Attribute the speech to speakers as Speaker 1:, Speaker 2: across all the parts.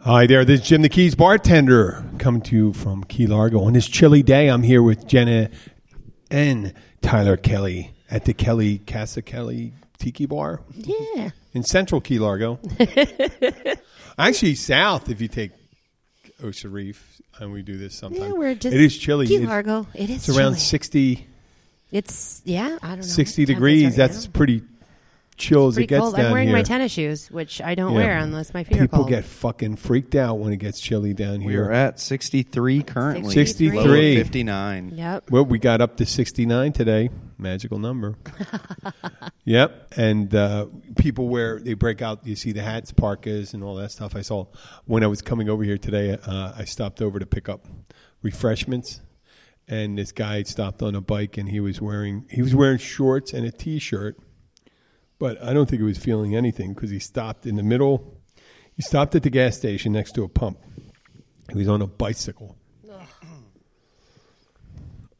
Speaker 1: Hi there, this is Jim the Keys bartender coming to you from Key Largo. On this chilly day, I'm here with Jenna and Tyler Kelly at the Kelly Casa Kelly Tiki Bar
Speaker 2: Yeah.
Speaker 1: in central Key Largo. Actually, south if you take Ocean Reef, and we do this sometimes.
Speaker 2: Yeah, we're just
Speaker 1: it is chilly.
Speaker 2: Key
Speaker 1: It-
Speaker 2: Largo. It
Speaker 1: It's
Speaker 2: is
Speaker 1: around
Speaker 2: chilly.
Speaker 1: 60,
Speaker 2: It's yeah, I don't know.
Speaker 1: 60
Speaker 2: Temperatures
Speaker 1: degrees.
Speaker 2: right
Speaker 1: That's
Speaker 2: now.
Speaker 1: pretty chill as it
Speaker 2: pretty
Speaker 1: gets
Speaker 2: cold.
Speaker 1: down
Speaker 2: I'm wearing
Speaker 1: here.
Speaker 2: my tennis shoes, which I don't
Speaker 1: Yeah.
Speaker 2: wear unless my feet are
Speaker 1: People
Speaker 2: cold.
Speaker 1: get fucking freaked out when it gets chilly down here.
Speaker 3: We're at 63 currently.
Speaker 1: 63.
Speaker 3: Low of 59.
Speaker 2: Yep.
Speaker 1: Well, we got up to 69 today. Magical number. yep. And uh, people wear, they break out, you see the hats, parkas, and all that stuff. I saw when I was coming over here today, uh, I stopped over to pick up refreshments. And this guy stopped on a bike and he was wearing he was wearing shorts and a t-shirt, but I don't think he was feeling anything because he stopped in the middle. He stopped at the gas station next to a pump. He was on a bicycle.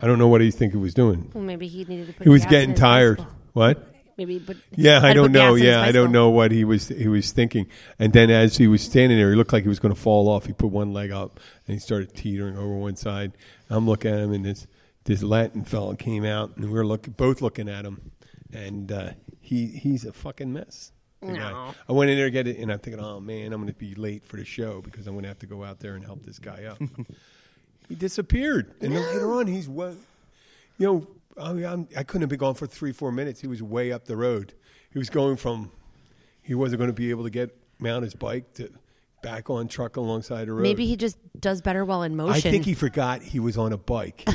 Speaker 1: I don't know what he think he was doing.
Speaker 2: Well, maybe he needed to put.
Speaker 1: He was
Speaker 2: gas in
Speaker 1: getting
Speaker 2: his
Speaker 1: tired.
Speaker 2: bicycle.
Speaker 1: What?
Speaker 2: Maybe, but
Speaker 1: Yeah, I don't know. Yeah, I don't
Speaker 2: know.
Speaker 1: know what he was he was thinking. And then as he was standing there, he looked like he was going to fall off. He put one leg up and he started teetering over one side. I'm looking at him, and this this Latin fella came out, and we were look, both looking at him, and uh, he he's a fucking mess. The guy.
Speaker 2: No.
Speaker 1: I went in there to get it, and I'm thinking, oh man, I'm going to be late for the show because I'm going to have to go out there and help this guy up. he disappeared, and then later on, he's well, you know, I, mean, I'm, I couldn't have been gone for three, four minutes. He was way up the road. He was going from, he wasn't going to be able to get mount his bike to back on truck alongside the road.
Speaker 2: Maybe he just does better while in motion.
Speaker 1: I think he forgot he was on a bike,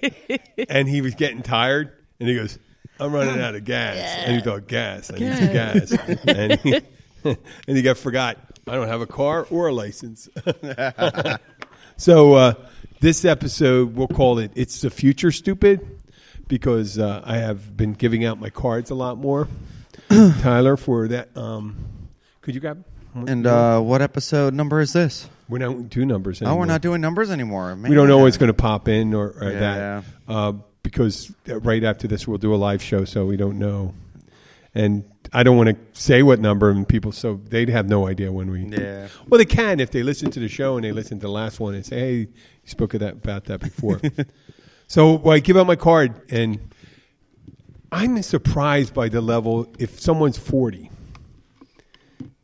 Speaker 1: and he was getting tired. And he goes, "I'm running out of gas." And he thought, "Gas, I need some gas." and, he, and he got forgot. I don't have a car or a license. so uh, this episode, we'll call it "It's the Future, Stupid," because uh, I have been giving out my cards a lot more. Tyler, for that, um, could you grab?
Speaker 3: And uh, what episode number is this?
Speaker 1: we're not doing numbers.
Speaker 3: Oh,
Speaker 1: anymore.
Speaker 3: we're not doing numbers anymore. Man.
Speaker 1: We don't know what's going to pop in or, or
Speaker 3: Yeah.
Speaker 1: that uh, because right after this we'll do a live show, so we don't know. And I don't want to say what number, and people so they'd have no idea when we.
Speaker 3: Yeah.
Speaker 1: Well, they can if they listen to the show and they listen to the last one and say, "Hey, you spoke of that about that before." so well, I give out my card, and I'm surprised by the level. If someone's 40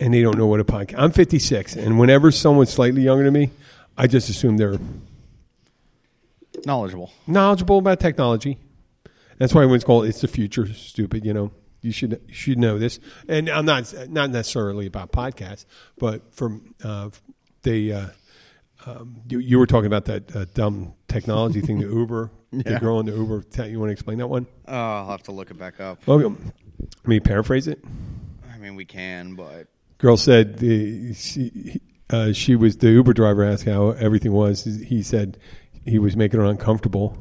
Speaker 1: and they don't know what a podcast, I'm 56, and whenever someone's slightly younger than me, I just assume they're
Speaker 3: Knowledgeable.
Speaker 1: knowledgeable about technology. That's why it's called "It's the Future." Stupid, you know. You should you should know this, and I'm not not necessarily about podcasts, but from uh, the uh, um, you, you were talking about that uh, dumb technology thing, the Uber, the
Speaker 3: Yeah.
Speaker 1: girl in the Uber. Ta- You want to explain that one?
Speaker 3: Oh, I'll have to look it back up.
Speaker 1: Well, let me paraphrase it.
Speaker 3: I mean, we can, but
Speaker 1: Girl said the, she uh, she was the Uber driver asked how everything was. He said he was making her uncomfortable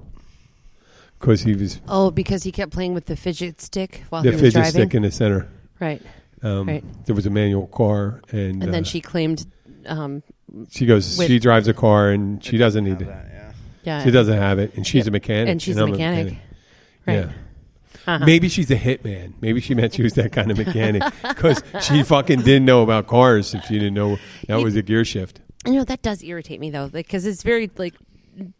Speaker 1: because he was
Speaker 2: Oh, because he kept playing with the fidget stick while
Speaker 1: the
Speaker 2: he was
Speaker 1: fidget
Speaker 2: driving.
Speaker 1: stick in the center.
Speaker 2: right.
Speaker 1: Um,
Speaker 2: Right.
Speaker 1: There was a manual car, and,
Speaker 2: And then
Speaker 1: uh,
Speaker 2: she claimed, um,
Speaker 1: she goes.
Speaker 2: with-
Speaker 1: she drives a car, and she doesn't need
Speaker 3: have
Speaker 1: it.
Speaker 3: that, yeah.
Speaker 2: yeah,
Speaker 1: She doesn't have it, and she's a mechanic,
Speaker 2: and she's a
Speaker 1: I'm
Speaker 2: mechanic. Right. Uh-huh.
Speaker 1: Yeah. Maybe she's a hitman. Maybe she meant she was that kind of mechanic because she fucking didn't know about cars if she didn't know that
Speaker 2: You-
Speaker 1: was a gear shift.
Speaker 2: You know that does irritate me though, because it's very like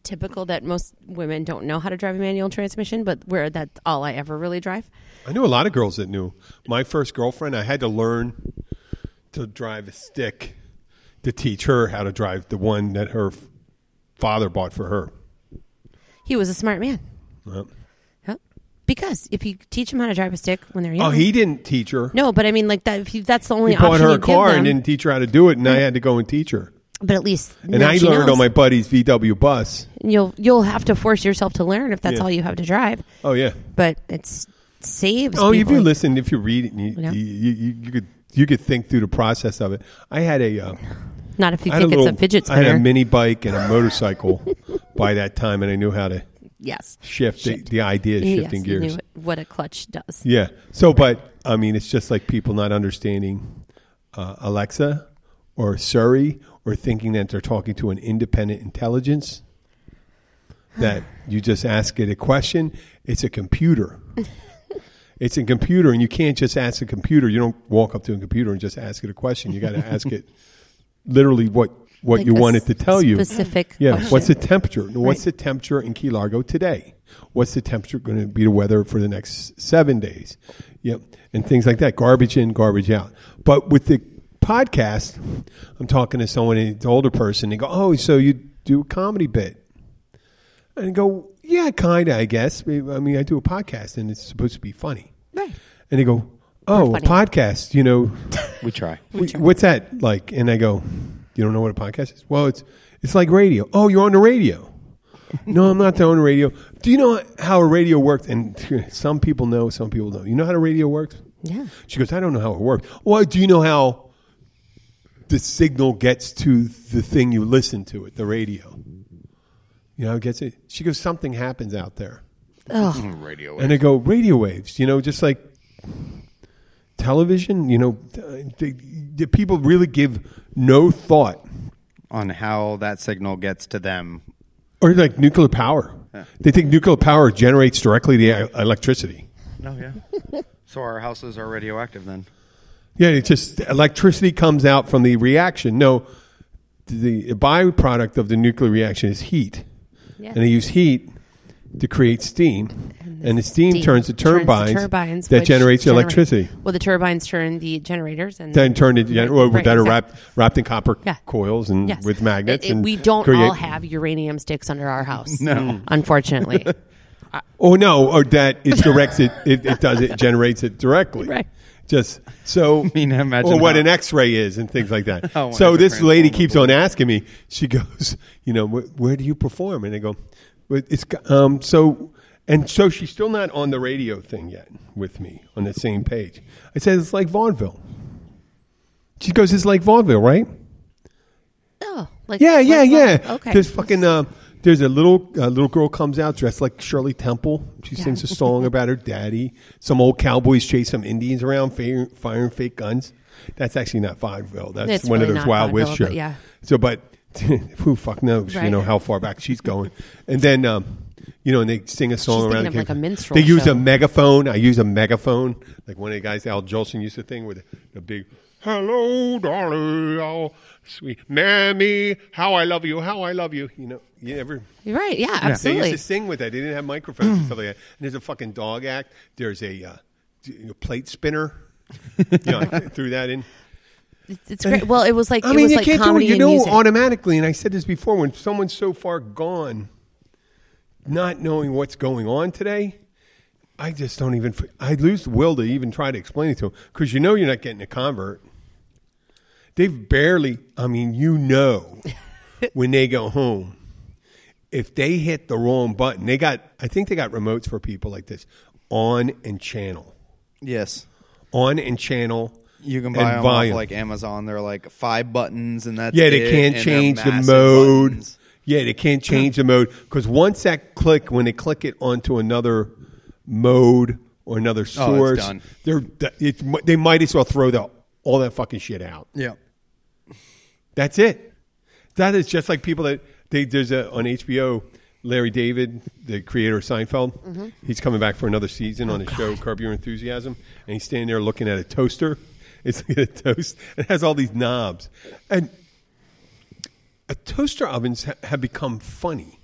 Speaker 2: typical that most women don't know how to drive a manual transmission, but where that's all I ever really drive.
Speaker 1: I knew a lot of girls that knew. My first girlfriend, I had to learn to drive a stick to teach her how to drive the one that her f- father bought for her.
Speaker 2: He was a smart man.
Speaker 1: Well,
Speaker 2: Yep. Because if you teach them how to drive a stick when they're young,
Speaker 1: Oh, he didn't teach her.
Speaker 2: no, but I mean like that. If you, that's the only
Speaker 1: he bought
Speaker 2: option
Speaker 1: her
Speaker 2: you
Speaker 1: a car
Speaker 2: give them,
Speaker 1: and didn't teach her how to do it, and I had to go and teach her.
Speaker 2: but at least
Speaker 1: And
Speaker 2: now
Speaker 1: I
Speaker 2: she
Speaker 1: learned
Speaker 2: knows.
Speaker 1: on my buddy's VW bus.
Speaker 2: You'll you'll have to force yourself to learn if that's
Speaker 1: Yeah.
Speaker 2: all you have to drive.
Speaker 1: Oh yeah.
Speaker 2: but it's saves.
Speaker 1: Oh, if
Speaker 2: people.
Speaker 1: you listen, if you read it, and you,
Speaker 2: Yeah.
Speaker 1: you, you, you could you could think through the process of it. I had a, uh,
Speaker 2: Not if you
Speaker 1: I had a
Speaker 2: think it's a
Speaker 1: little-
Speaker 2: fidget
Speaker 1: I had
Speaker 2: spinner.
Speaker 1: a mini bike and a motorcycle by that time, and I knew how to
Speaker 2: yes.
Speaker 1: shift the, the idea of
Speaker 2: Yes,
Speaker 1: shifting
Speaker 2: you
Speaker 1: gears.
Speaker 2: knew it- what a clutch does.
Speaker 1: Yeah. So, but I mean, it's just like people not understanding uh, Alexa or Siri or thinking that they're talking to an independent intelligence. That you just ask it a question. It's a computer. it's a computer, and you can't just ask a computer. You don't walk up to a computer and just ask it a question. You got to ask it literally what what
Speaker 2: Like
Speaker 1: you
Speaker 2: a
Speaker 1: want it
Speaker 2: s-
Speaker 1: to tell you.
Speaker 2: specific
Speaker 1: Yeah.
Speaker 2: question.
Speaker 1: What's the temperature? What's the
Speaker 2: Right.
Speaker 1: temperature in Key Largo today? What's the temperature going to be the weather for the next seven days? Yep. And things like that. Garbage in, garbage out. But with the podcast, I'm talking to someone, an older person, they go, Oh, so you do a comedy bit. And I go, Yeah, kind of, I guess. I mean, I do a podcast and it's supposed to be funny.
Speaker 2: Right.
Speaker 1: And they go, Oh, a
Speaker 2: funny.
Speaker 1: podcast, you know,
Speaker 3: We try.
Speaker 1: we- what's that like? And I go, you don't know what a podcast is? Well, it's it's like radio. Oh, you're on the radio. No, I'm not on the radio. Do you know how a radio works? And some people know, some people don't. You know how the radio works?
Speaker 2: Yeah.
Speaker 1: She goes, I don't know how it works. Well, do you know how the signal gets to the thing you listen to at the radio? You know how it gets it? She goes, something happens out there.
Speaker 3: Oh. Radio.
Speaker 1: And they go radio waves, you know, just like television. You know, the, the people really give no thought,
Speaker 3: on how that signal gets to them.
Speaker 1: or like nuclear power. They think nuclear power generates directly the e- electricity.
Speaker 3: No, Oh, yeah. so our houses are radioactive then.
Speaker 1: Yeah, it just electricity comes out from the reaction. No, the byproduct of the nuclear reaction is heat,
Speaker 2: Yeah.
Speaker 1: and they use heat to create steam, and the, steam, turns the turbines,
Speaker 2: turbines
Speaker 1: that
Speaker 2: which
Speaker 1: generates
Speaker 2: generate-
Speaker 1: electricity.
Speaker 2: Well, the turbines turn the generators, and
Speaker 1: then turned into gen- well,
Speaker 2: Right,
Speaker 1: that are
Speaker 2: exactly.
Speaker 1: wrapped wrapped in copper
Speaker 2: Yeah.
Speaker 1: coils and
Speaker 2: Yes.
Speaker 1: with magnets.
Speaker 2: It- it-
Speaker 1: and
Speaker 2: we don't all
Speaker 1: create-
Speaker 2: have uranium sticks under our house. No, unfortunately.
Speaker 1: Oh no! Or that it directs it, it. It does it generates it directly.
Speaker 2: Right.
Speaker 1: Just so. I
Speaker 3: mean, imagine
Speaker 1: or what
Speaker 3: how-
Speaker 1: an X-ray is and things like that.
Speaker 3: Oh,
Speaker 1: so this
Speaker 3: different
Speaker 1: lady
Speaker 3: form of
Speaker 1: keeps on asking me. She goes, you know, where, where do you perform? And I go, well, it's go- um so. And so she's still not on the radio thing yet with me on the same page. I said it's like vaudeville. She goes, it's like vaudeville, right?
Speaker 2: oh, like
Speaker 1: Yeah, yeah,
Speaker 2: like-
Speaker 1: yeah.
Speaker 2: like- Okay.
Speaker 1: There's fucking uh, there's a little a little girl comes out dressed like Shirley Temple. She sings a song about her daddy. Some old cowboys chase some Indians around firing, firing fake guns. That's actually not vaudeville. That's
Speaker 2: It's
Speaker 1: one
Speaker 2: really
Speaker 1: of those
Speaker 2: not
Speaker 1: Wild West
Speaker 2: vaudeville,
Speaker 1: shows.
Speaker 2: but yeah.
Speaker 1: So, but who fuck knows? You
Speaker 2: Right.
Speaker 1: know how far back she's going. and then, um, you know, and they sing a song
Speaker 2: She's
Speaker 1: around.
Speaker 2: thinking
Speaker 1: the
Speaker 2: of like a
Speaker 1: campfire.
Speaker 2: minstrel
Speaker 1: They use
Speaker 2: show.
Speaker 1: a megaphone. I use a megaphone, like one of the guys Al Jolson used to thing with the big "Hello, darling, oh, sweet mammy, how I love you, how I love you." You know, you ever
Speaker 2: You're right. Yeah,
Speaker 1: they used
Speaker 2: absolutely.
Speaker 1: to sing with that. They didn't have microphones and stuff like that. And there's a fucking dog act. There's a uh, d- you know, plate spinner. you know, I threw that in.
Speaker 2: It's- It's great. Well, it was like
Speaker 1: I
Speaker 2: it
Speaker 1: mean,
Speaker 2: was
Speaker 1: you
Speaker 2: like
Speaker 1: can't do it.
Speaker 2: comedy
Speaker 1: You
Speaker 2: and
Speaker 1: know
Speaker 2: music.
Speaker 1: automatically, and I said this before, when someone's so far gone, not knowing what's going on today, I just don't even, I lose the will to even try to explain it to them because you know you're not getting a convert. They've barely, I mean, you know, when they go home, if they hit the wrong button, they got, I think they got remotes for people like this on and channel,
Speaker 3: Yes.
Speaker 1: on and channel.
Speaker 3: You can
Speaker 1: and
Speaker 3: buy them off
Speaker 1: volume.
Speaker 3: like Amazon. They're like five buttons, and that's
Speaker 1: Yeah, they
Speaker 3: it,
Speaker 1: can't
Speaker 3: and they're
Speaker 1: change the
Speaker 3: massive
Speaker 1: mode.
Speaker 3: buttons.
Speaker 1: Yeah, they can't change the mode because once that click, when they click it onto another mode or another source,
Speaker 3: Oh, done.
Speaker 1: they're it, they might as well throw the, all that fucking shit out.
Speaker 3: Yeah,
Speaker 1: That's it. That is just like people that they there's a on HBO. Larry David, the creator of Seinfeld, he's coming back for another season on his show Curb Your Enthusiasm, and he's standing there looking at a toaster. It's like a toast. It has all these knobs, and a toaster ovens ha- have become funny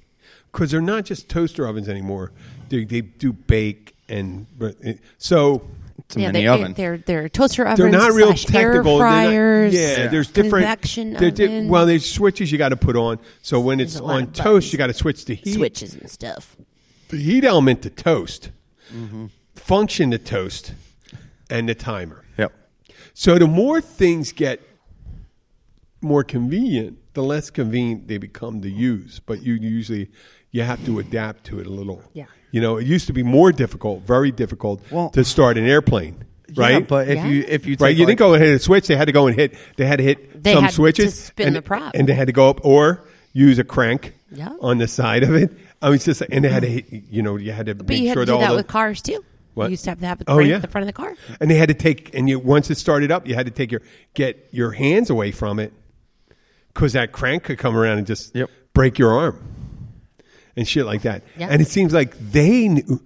Speaker 1: because they're not just toaster ovens anymore. They they do bake and eh, so
Speaker 3: it's a
Speaker 2: Yeah,
Speaker 3: mini
Speaker 2: they,
Speaker 3: oven.
Speaker 2: They're, they're toaster ovens.
Speaker 1: they're not real
Speaker 2: slash air
Speaker 1: technical. They're not-
Speaker 2: Fryers.
Speaker 1: yeah, there's different.
Speaker 2: Convection
Speaker 1: they're di-
Speaker 2: ovens.
Speaker 1: well, there's switches you got to put on. So when it's
Speaker 2: There's a lot
Speaker 1: on
Speaker 2: of
Speaker 1: toast,
Speaker 2: buttons.
Speaker 1: you got to switch the heat
Speaker 2: switches and stuff.
Speaker 1: the heat element to toast,
Speaker 3: Mm-hmm.
Speaker 1: function to toast, and the timer.
Speaker 3: yep.
Speaker 1: So the more things get more convenient, the less convenient they become to use. But you usually you have to adapt to it a little.
Speaker 2: Yeah.
Speaker 1: You know, it used to be more difficult, very difficult,
Speaker 3: Well-
Speaker 1: to start an airplane. right?
Speaker 3: but if
Speaker 2: Yeah.
Speaker 3: you if you take
Speaker 1: right, you
Speaker 3: like,
Speaker 1: didn't go and hit a switch. They had to go and hit. They had to hit
Speaker 2: They
Speaker 1: some
Speaker 2: had to
Speaker 1: switches,
Speaker 2: spin
Speaker 1: and,
Speaker 2: the prop.
Speaker 1: and they had to go up or use a crank
Speaker 2: Yeah.
Speaker 1: on the side of it. I mean, it's just and they had to hit. You know, you had to
Speaker 2: But
Speaker 1: make
Speaker 2: you had
Speaker 1: sure
Speaker 2: to do
Speaker 1: all
Speaker 2: that
Speaker 1: the,
Speaker 2: with cars too.
Speaker 1: What?
Speaker 2: You used to have that with
Speaker 1: Oh,
Speaker 2: crank
Speaker 1: yeah.
Speaker 2: the front of the car.
Speaker 1: and they had to take and you once it started up, you had to take your get your hands away from it because that crank could come around and just
Speaker 3: Yep.
Speaker 1: break your arm and shit like that.
Speaker 2: Yeah.
Speaker 1: And it seems like they knew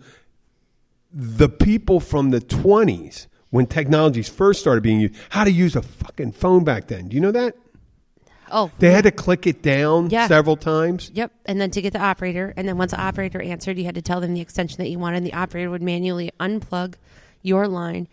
Speaker 1: the people from the twenties when technologies first started being used how to use a fucking phone back then. Do you know that
Speaker 2: Oh,
Speaker 1: they had to click it down
Speaker 2: Yeah.
Speaker 1: several times?
Speaker 2: Yep. And then to get the operator, and then once the operator answered, you had to tell them the extension that you wanted. And the operator would manually unplug your line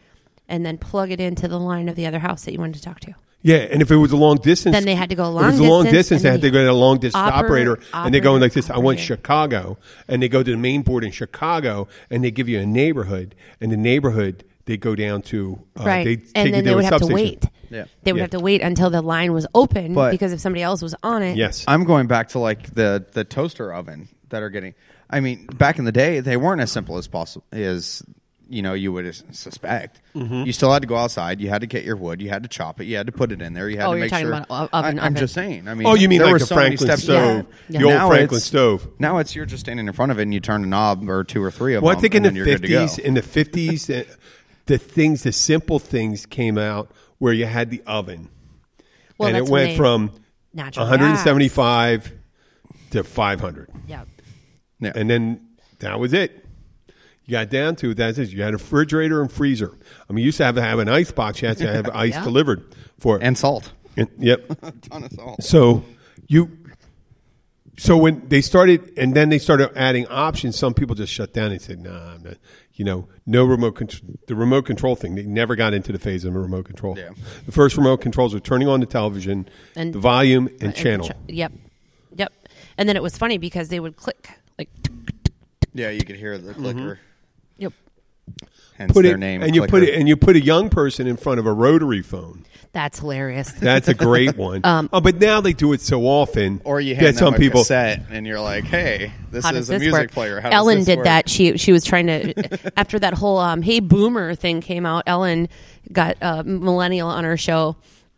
Speaker 2: and then plug it into the line of the other house that you wanted to talk to.
Speaker 1: Yeah, and if it was a long distance,
Speaker 2: Then they had to go
Speaker 1: If it was
Speaker 2: long
Speaker 1: a long
Speaker 2: distance,
Speaker 1: distance,
Speaker 2: and
Speaker 1: they
Speaker 2: then
Speaker 1: had to
Speaker 2: the
Speaker 1: go to a long distance
Speaker 2: oper-
Speaker 1: operator, and they go in like this. I want
Speaker 2: operator.
Speaker 1: Chicago, and they go to the main board in Chicago, and they give you a neighborhood, and the neighborhood they go down to. Uh,
Speaker 2: right.
Speaker 1: They take you
Speaker 2: and
Speaker 1: to
Speaker 2: then they
Speaker 1: a
Speaker 2: would have to
Speaker 1: substation.
Speaker 2: wait.
Speaker 3: Yeah.
Speaker 2: They would
Speaker 1: Yeah.
Speaker 2: have to wait until the line was open
Speaker 3: But-
Speaker 2: because if somebody else was on it.
Speaker 1: Yes,
Speaker 3: oh, I'm going back to like the the toaster oven that are getting. I mean, back in the day, they weren't as simple as possible as you know you would suspect. You still had to go outside. You had to get your wood. You had to chop it. You had to put it in there. You had
Speaker 2: Oh,
Speaker 3: to
Speaker 2: you're
Speaker 3: make
Speaker 2: talking
Speaker 3: sure.
Speaker 2: about o- oven,
Speaker 3: I, am
Speaker 2: oven.
Speaker 3: just saying. I mean,
Speaker 1: Oh, you mean
Speaker 3: there
Speaker 1: like
Speaker 3: were
Speaker 1: the
Speaker 3: so many
Speaker 1: Franklin
Speaker 3: steps
Speaker 1: stove,
Speaker 2: Yeah.
Speaker 1: the old
Speaker 3: Now
Speaker 1: Franklin
Speaker 3: it's-
Speaker 1: stove.
Speaker 3: Now it's you're just standing in front of it and you turn a knob or two or three of
Speaker 1: Well,
Speaker 3: them.
Speaker 1: I think in
Speaker 3: and
Speaker 1: the
Speaker 3: then you're good to go.
Speaker 1: fifties, in the fifties, uh, the things, the simple things came out where you had the oven,
Speaker 2: Well,
Speaker 1: and it
Speaker 2: that's when
Speaker 1: went
Speaker 2: they-
Speaker 1: from
Speaker 2: Natural
Speaker 1: 175 to 500.
Speaker 2: Yep.
Speaker 3: Yeah.
Speaker 1: And then that was it. You got down to that's it. You had a refrigerator and freezer. I mean, you used to have to have an ice box. You had to have ice
Speaker 2: Yeah.
Speaker 1: delivered for it.
Speaker 3: and salt.
Speaker 1: And- yep.
Speaker 3: A ton of salt.
Speaker 1: So you. So when they started, and then they started adding options, some people just shut down and said, "Nah, I'm not, you know, no remote control." The remote control thing, they never got into the phase of a remote control.
Speaker 3: Yeah.
Speaker 1: The first remote controls were turning on the television,
Speaker 2: And-
Speaker 1: the volume, and,
Speaker 2: And
Speaker 1: channel.
Speaker 2: ch- yep. Yep. And then it was funny because they would click like
Speaker 3: Yeah, you could hear the clicker.
Speaker 2: yep.
Speaker 3: Hence
Speaker 1: put
Speaker 3: their
Speaker 1: it
Speaker 3: name.
Speaker 1: and you put
Speaker 3: clicker.
Speaker 1: it and you put a young person in front of a rotary phone.
Speaker 2: That's hilarious.
Speaker 1: That's a great one.
Speaker 2: Um,
Speaker 1: oh, but now they do it so often.
Speaker 3: Or you hand
Speaker 1: get
Speaker 3: them
Speaker 1: some
Speaker 3: a
Speaker 1: people.
Speaker 3: cassette and you're like, "Hey, this
Speaker 2: How
Speaker 3: is
Speaker 2: does
Speaker 3: a
Speaker 2: this
Speaker 3: music
Speaker 2: work?
Speaker 3: player." How does
Speaker 2: Ellen
Speaker 3: this
Speaker 2: did
Speaker 3: work?
Speaker 2: that. She she was trying to after that whole um, "Hey Boomer" thing came out. Ellen got a millennial on her show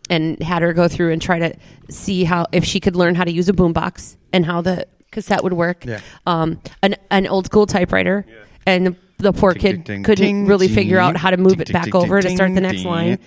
Speaker 2: and had her go through and try to see how if she could learn how to use a boombox and how the cassette would work.
Speaker 3: Yeah.
Speaker 2: Um, an an old school typewriter and. The poor
Speaker 3: Ding,
Speaker 2: kid
Speaker 3: ding, ding,
Speaker 2: couldn't
Speaker 3: ding,
Speaker 2: really
Speaker 3: ding,
Speaker 2: figure out how to move
Speaker 3: ding,
Speaker 2: it
Speaker 3: ding,
Speaker 2: back
Speaker 3: ding,
Speaker 2: over
Speaker 3: ding,
Speaker 2: to start the
Speaker 3: ding,
Speaker 2: next
Speaker 3: ding.
Speaker 2: line,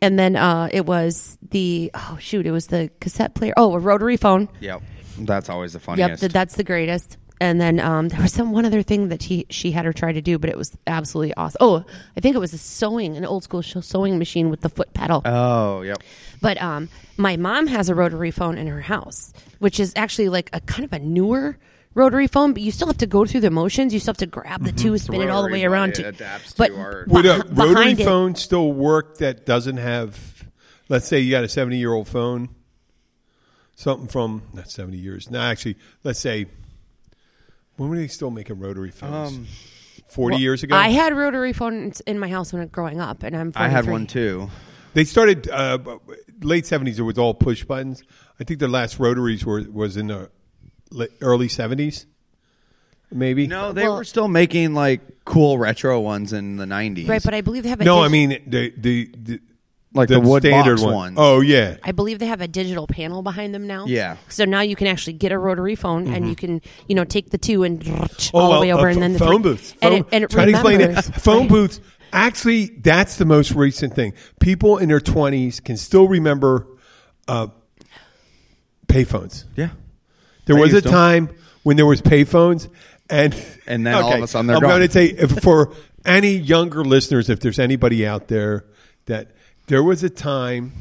Speaker 2: and then uh, it was the oh shoot, it was the cassette player. Oh, a rotary phone.
Speaker 3: Yep, that's always the funniest.
Speaker 2: Yep, th- that's the greatest. And then um, there was some one other thing that he she had her try to do, but it was absolutely awesome. Oh, I think it was a sewing, an old school sh- sewing machine with the foot pedal.
Speaker 3: oh, yep.
Speaker 2: but um, my mom has a rotary phone in her house, which is actually like a kind of a newer rotary phone, but you still have to go through the motions. You still have to grab the two, spin it all the
Speaker 3: Mm-hmm. rotary
Speaker 2: way
Speaker 3: phone,
Speaker 2: around.
Speaker 3: it
Speaker 2: to-
Speaker 3: adapts to
Speaker 2: but
Speaker 3: our-
Speaker 2: beh-
Speaker 1: Would a rotary
Speaker 2: behind it-
Speaker 1: phone still work that doesn't have? Let's say you got a seventy-year-old phone. Something from not seventy years. No, actually, let's say when were they still making rotary phones?
Speaker 3: Um,
Speaker 1: Forty years ago,
Speaker 2: I had rotary phones in my house when I growing up, and I'm. 43.
Speaker 3: I had one too.
Speaker 1: They started uh, late seventies. It was all push buttons. I think their last rotaries were was in the la- early seventies, maybe.
Speaker 3: No, they
Speaker 2: Well-
Speaker 3: were still making like cool retro ones in the '90s.
Speaker 2: Right, but I believe they have. A
Speaker 1: no, I
Speaker 2: digi-
Speaker 1: mean the the, the
Speaker 3: Like the wood
Speaker 1: standard
Speaker 3: box
Speaker 1: one.
Speaker 3: ones.
Speaker 1: Oh yeah,
Speaker 2: I believe they have a digital panel behind them now.
Speaker 3: Yeah.
Speaker 2: So now you can actually get a rotary phone and you can, you know, take the two and
Speaker 1: Mm-hmm. oh,
Speaker 2: all
Speaker 1: well,
Speaker 2: the way over
Speaker 1: uh,
Speaker 2: and then the
Speaker 1: phone
Speaker 2: three.
Speaker 1: booths.
Speaker 2: And
Speaker 1: Phone-
Speaker 2: it, and it
Speaker 1: try to explain it.
Speaker 2: remembers,
Speaker 1: Phone
Speaker 2: right?
Speaker 1: booths. Actually, that's the most recent thing. People in their twenties can still remember uh, payphones.
Speaker 3: yeah,
Speaker 1: There
Speaker 3: I
Speaker 1: was a
Speaker 3: used 'em.
Speaker 1: time when there was payphones, and
Speaker 3: And then all of a sudden they're
Speaker 1: I'm
Speaker 3: gone.
Speaker 1: going to say if, for any younger listeners, if there's anybody out there that there was a time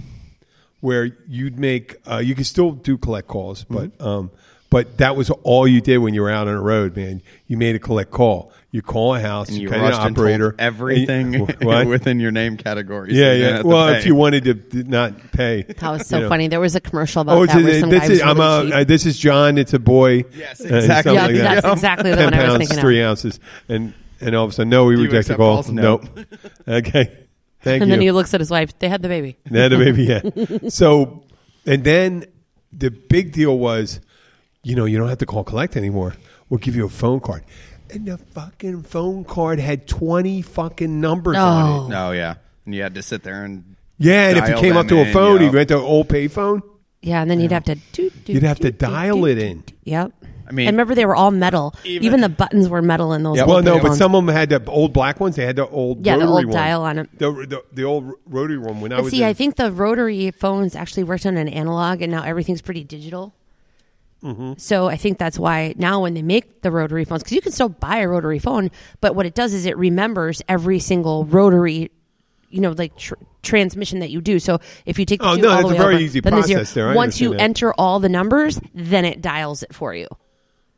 Speaker 1: where you'd make uh, you could still do collect calls,
Speaker 3: Mm-hmm.
Speaker 1: but um, but that was all you did when you were out on the road, man. You made a collect call. You call a house,
Speaker 3: and you
Speaker 1: cut an
Speaker 3: rushed and told
Speaker 1: operator,
Speaker 3: everything
Speaker 1: and you- what?
Speaker 3: within your name category.
Speaker 1: yeah, yeah. Well, if you wanted to d- not pay,
Speaker 2: That was so
Speaker 1: you know.
Speaker 2: funny. There was a commercial about
Speaker 1: Oh,
Speaker 2: that
Speaker 1: this
Speaker 2: where
Speaker 1: is,
Speaker 2: some
Speaker 1: this
Speaker 2: guy
Speaker 1: is
Speaker 2: was
Speaker 1: I'm
Speaker 2: really
Speaker 1: a,
Speaker 2: cheap.
Speaker 1: uh, this is John. It's a boy.
Speaker 3: Yes,
Speaker 1: and something
Speaker 3: exactly.
Speaker 2: yeah,
Speaker 1: like that.
Speaker 2: that's exactly the
Speaker 1: Ten
Speaker 2: one I was
Speaker 1: pounds,
Speaker 2: thinking
Speaker 1: three
Speaker 2: of.
Speaker 1: ounces, and and all of a sudden, no, we reject the
Speaker 3: accept
Speaker 1: call.
Speaker 3: calls? No.
Speaker 1: Nope. okay, thank
Speaker 2: And
Speaker 1: you.
Speaker 2: then he looks at his wife. They had the baby.
Speaker 1: That maybe yeah. So, and then the big deal was, you know, you don't have to call collect anymore. We'll give you a phone card, and the fucking phone card had twenty fucking numbers on it.
Speaker 2: Oh.
Speaker 3: no, yeah. and you had to sit there and
Speaker 1: Yeah, and if you
Speaker 3: dial
Speaker 1: came
Speaker 3: them
Speaker 1: up to a
Speaker 3: in,
Speaker 1: phone,
Speaker 3: yeah.
Speaker 1: you went to an old pay phone.
Speaker 2: Yeah, and then you'd have to do, do,
Speaker 1: You'd have
Speaker 2: do,
Speaker 1: to
Speaker 2: do,
Speaker 1: dial
Speaker 2: do,
Speaker 1: it
Speaker 2: do,
Speaker 1: in.
Speaker 2: do. Yep. I
Speaker 3: mean-
Speaker 2: mean, I remember they were all metal. Even, the buttons were metal in those.
Speaker 1: well,
Speaker 2: little
Speaker 1: no, but
Speaker 2: ones.
Speaker 1: some of them had the old black ones. They had the old
Speaker 2: Yeah, the
Speaker 1: rotary
Speaker 2: old
Speaker 1: one.
Speaker 2: dial on 'em.
Speaker 1: The, the, the old ro- rotary one. When I
Speaker 2: But
Speaker 1: was
Speaker 2: see,
Speaker 1: in-
Speaker 2: I think the rotary phones actually worked on an analog, and now everything's pretty digital.
Speaker 1: Mm-hmm.
Speaker 2: So I think that's why now when they make the rotary phones, because you can still buy a rotary phone, but what it does is it remembers every single rotary, you know, like tr- transmission that you do. So if you take the
Speaker 1: Oh,
Speaker 2: two
Speaker 1: no,
Speaker 2: all
Speaker 1: that's
Speaker 2: the
Speaker 1: a
Speaker 2: way
Speaker 1: very
Speaker 2: over,
Speaker 1: easy
Speaker 2: then the zero-
Speaker 1: process there. I
Speaker 2: Once you
Speaker 1: understand
Speaker 2: enter all the numbers, then it dials it for you.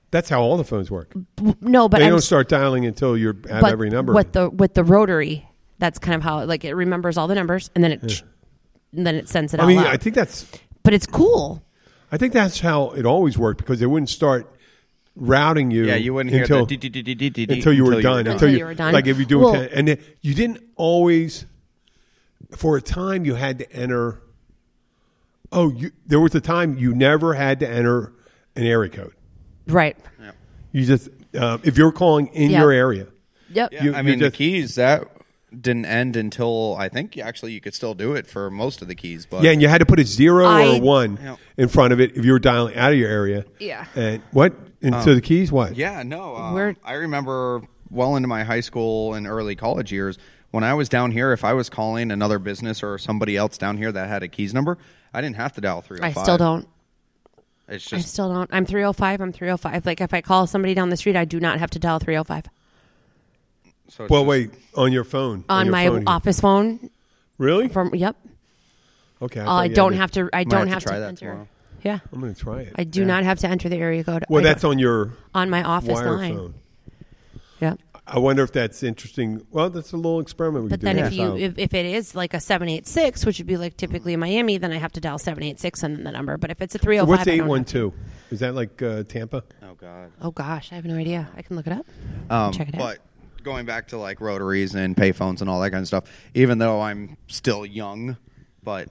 Speaker 1: that's how all the phones work. They
Speaker 2: No, but I'm
Speaker 1: don't
Speaker 2: s-
Speaker 1: start dialing until you have
Speaker 2: but
Speaker 1: every number.
Speaker 2: with the with the rotary, that's kind of how like it remembers all the numbers, and then it. and then it sends it
Speaker 1: I
Speaker 2: all
Speaker 1: mean,
Speaker 2: out.
Speaker 1: I think that's
Speaker 2: but it's cool.
Speaker 1: I think that's how it always worked because they wouldn't start routing you.
Speaker 3: yeah, you wouldn't hear
Speaker 1: until,
Speaker 3: the dee- dee- dee- dee- dee- dee-
Speaker 1: until you were done.
Speaker 2: Until you were done.
Speaker 1: Like if you do,
Speaker 2: Well-
Speaker 1: and then you didn't always. For a time, you had to enter. Oh, you, there was a time you never had to enter an area code.
Speaker 2: Right.
Speaker 1: You just uh, if you're calling in
Speaker 2: Yeah.
Speaker 1: your area.
Speaker 2: Yep.
Speaker 3: Yeah,
Speaker 1: You-
Speaker 3: I
Speaker 1: you
Speaker 3: mean
Speaker 1: just-
Speaker 3: the keys that didn't end until I think actually you could still do it for most of the keys, but
Speaker 1: Yeah, and you had to put a zero or
Speaker 2: I-
Speaker 1: a one
Speaker 3: Yeah.
Speaker 1: in front of it if you were dialing out of your area.
Speaker 2: Yeah.
Speaker 1: And what? And so the keys, what?
Speaker 3: Oh. Yeah, no. uh,
Speaker 2: We're-
Speaker 3: I remember well into my high school and early college years when I was down here. If I was calling another business or somebody else down here that had a keys number, I didn't have to dial three. oh
Speaker 2: I still don't.
Speaker 3: It's
Speaker 2: I
Speaker 3: just
Speaker 2: still don't. I'm 305. I'm 305. Like if I call somebody down the street, I do not have to dial 305
Speaker 3: so it's
Speaker 1: Well,
Speaker 3: just-
Speaker 1: wait on your phone.
Speaker 2: on
Speaker 1: your
Speaker 2: my
Speaker 1: phone.
Speaker 2: office phone.
Speaker 1: Really?
Speaker 2: From yep.
Speaker 1: Okay.
Speaker 2: Uh, I don't have to. I don't
Speaker 3: have to
Speaker 2: have to,
Speaker 3: try that
Speaker 2: enter.
Speaker 3: tomorrow.
Speaker 2: Yeah.
Speaker 1: I'm going to try it.
Speaker 2: I do not have to enter the area code.
Speaker 1: well,
Speaker 2: I don't-
Speaker 1: that's on your
Speaker 2: on my office
Speaker 1: wire
Speaker 2: line.
Speaker 1: phone.
Speaker 2: Yeah.
Speaker 1: I wonder if that's interesting. Well, that's a little experiment we
Speaker 2: But
Speaker 1: could
Speaker 2: then
Speaker 1: do.
Speaker 2: if you if, if it is like a 786, which would be like typically in Miami, then I have to dial 786 and then the number. But if it's a 305,
Speaker 1: What's
Speaker 2: I
Speaker 1: eight
Speaker 2: don't
Speaker 1: one
Speaker 2: have to.
Speaker 1: two? Is that like uh, Tampa?
Speaker 3: Oh God.
Speaker 2: Oh gosh, I have no idea. I can look it up.
Speaker 3: Um,
Speaker 2: Check it out.
Speaker 3: But going back to like rotaries and payphones and all that kind of stuff, even though I'm still young, but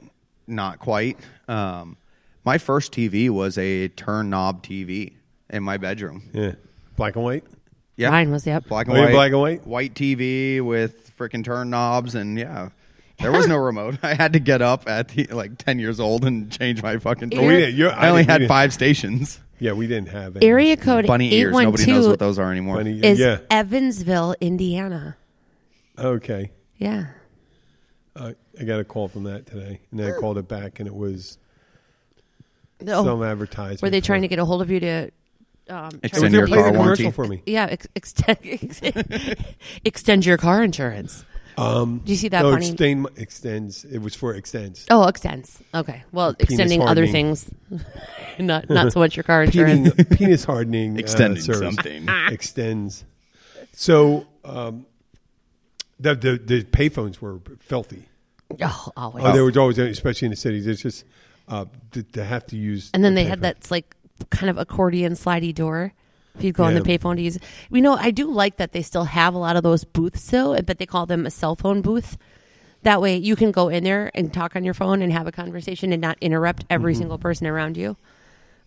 Speaker 3: not quite. Um, my first TV was a turn knob TV in my bedroom.
Speaker 1: Yeah, black and white.
Speaker 3: Yeah,
Speaker 2: Mine was yep.
Speaker 3: black
Speaker 1: Oh,
Speaker 3: and
Speaker 1: yeah,
Speaker 3: white,
Speaker 1: black and white?
Speaker 3: white TV with freaking turn knobs, and yeah, there was no remote. I had to get up at the, like ten years old and change my fucking.
Speaker 2: Oh, we
Speaker 3: TV.
Speaker 1: didn't- you're-
Speaker 3: I,
Speaker 1: I
Speaker 3: only
Speaker 1: didn't- we
Speaker 3: had
Speaker 1: didn't-
Speaker 3: five stations.
Speaker 1: Yeah, we didn't have any.
Speaker 2: Area code
Speaker 3: Bunny ears. Nobody knows
Speaker 2: 812
Speaker 3: what those are anymore.
Speaker 1: Bunny-
Speaker 2: is
Speaker 1: yeah.
Speaker 2: Evansville, Indiana.
Speaker 1: Okay,
Speaker 2: Yeah.
Speaker 1: uh, I got a call from that today, and then I called it back, and it was some
Speaker 2: Oh. Oh,
Speaker 1: advertisement.
Speaker 2: were they trying to get a hold of you to? Um,
Speaker 3: It's
Speaker 2: try to-
Speaker 3: in
Speaker 1: They
Speaker 3: your
Speaker 1: played
Speaker 3: car
Speaker 1: a commercial
Speaker 3: warranty?
Speaker 1: for me.
Speaker 2: yeah, ex- extend extend your car insurance. Um, Do you see that
Speaker 1: no,
Speaker 2: funny?
Speaker 1: extend, extends. It was for extends.
Speaker 2: oh, extends. Okay. Well, extending other
Speaker 1: hardening.
Speaker 2: things, not not so much your car insurance.
Speaker 1: Penis, penis hardening. uh,
Speaker 3: Extending
Speaker 1: service.
Speaker 3: something.
Speaker 2: Ah.
Speaker 1: extends. So um, the, the the payphones were filthy.
Speaker 2: Oh, always.
Speaker 1: Oh, there was always, especially in the cities, it's just uh, to, to have to use.
Speaker 2: And then
Speaker 1: the
Speaker 2: they had
Speaker 1: payphone.
Speaker 2: that like kind of accordion slidey door. If you go on the
Speaker 1: Yeah.
Speaker 2: payphone to use, you know, I do like that they still have a lot of those booths though, but they call them a cell phone booth. That way, you can go in there and talk on your phone and have a conversation and not interrupt every
Speaker 1: Mm-hmm.
Speaker 2: single person around you.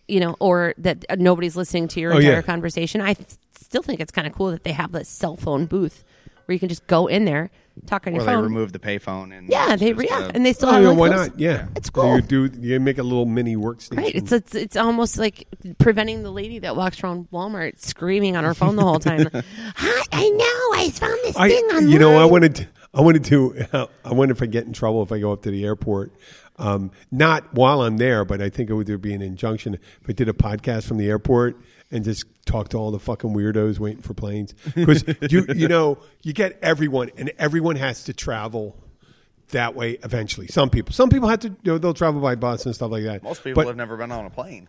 Speaker 2: You know, or that uh, nobody's listening to your
Speaker 1: Oh, yeah.
Speaker 2: entire conversation. I th- still think it's kind of cool that they have this cell phone booth where you can just go in there, talk on
Speaker 3: Or
Speaker 2: your
Speaker 3: they
Speaker 2: phone.
Speaker 3: removed the payphone and
Speaker 2: yeah,
Speaker 3: it's
Speaker 2: they
Speaker 3: just
Speaker 2: yeah,
Speaker 3: a-
Speaker 2: and they still
Speaker 1: Oh,
Speaker 2: have
Speaker 1: yeah,
Speaker 2: like
Speaker 1: why
Speaker 2: those-
Speaker 1: not? Yeah,
Speaker 2: it's cool.
Speaker 1: You do you make a little mini workstation.
Speaker 2: Right. It's, it's it's almost like preventing the lady that walks around Walmart screaming on her phone the whole time. Hi, I know. I found this
Speaker 1: I,
Speaker 2: thing online.
Speaker 1: you know, I wanted to, I wanted to, I wonder if I get in trouble if I go up to the airport. Um, not while I'm there, but I think it would be an injunction if I did a podcast from the airport and just talked to all the fucking weirdos waiting for planes. Because you, you know, you get everyone, and everyone has to travel that way eventually. Some people, some people have to, you know, they'll travel by bus and stuff like that.
Speaker 3: most people
Speaker 1: But-
Speaker 3: have never been on a plane.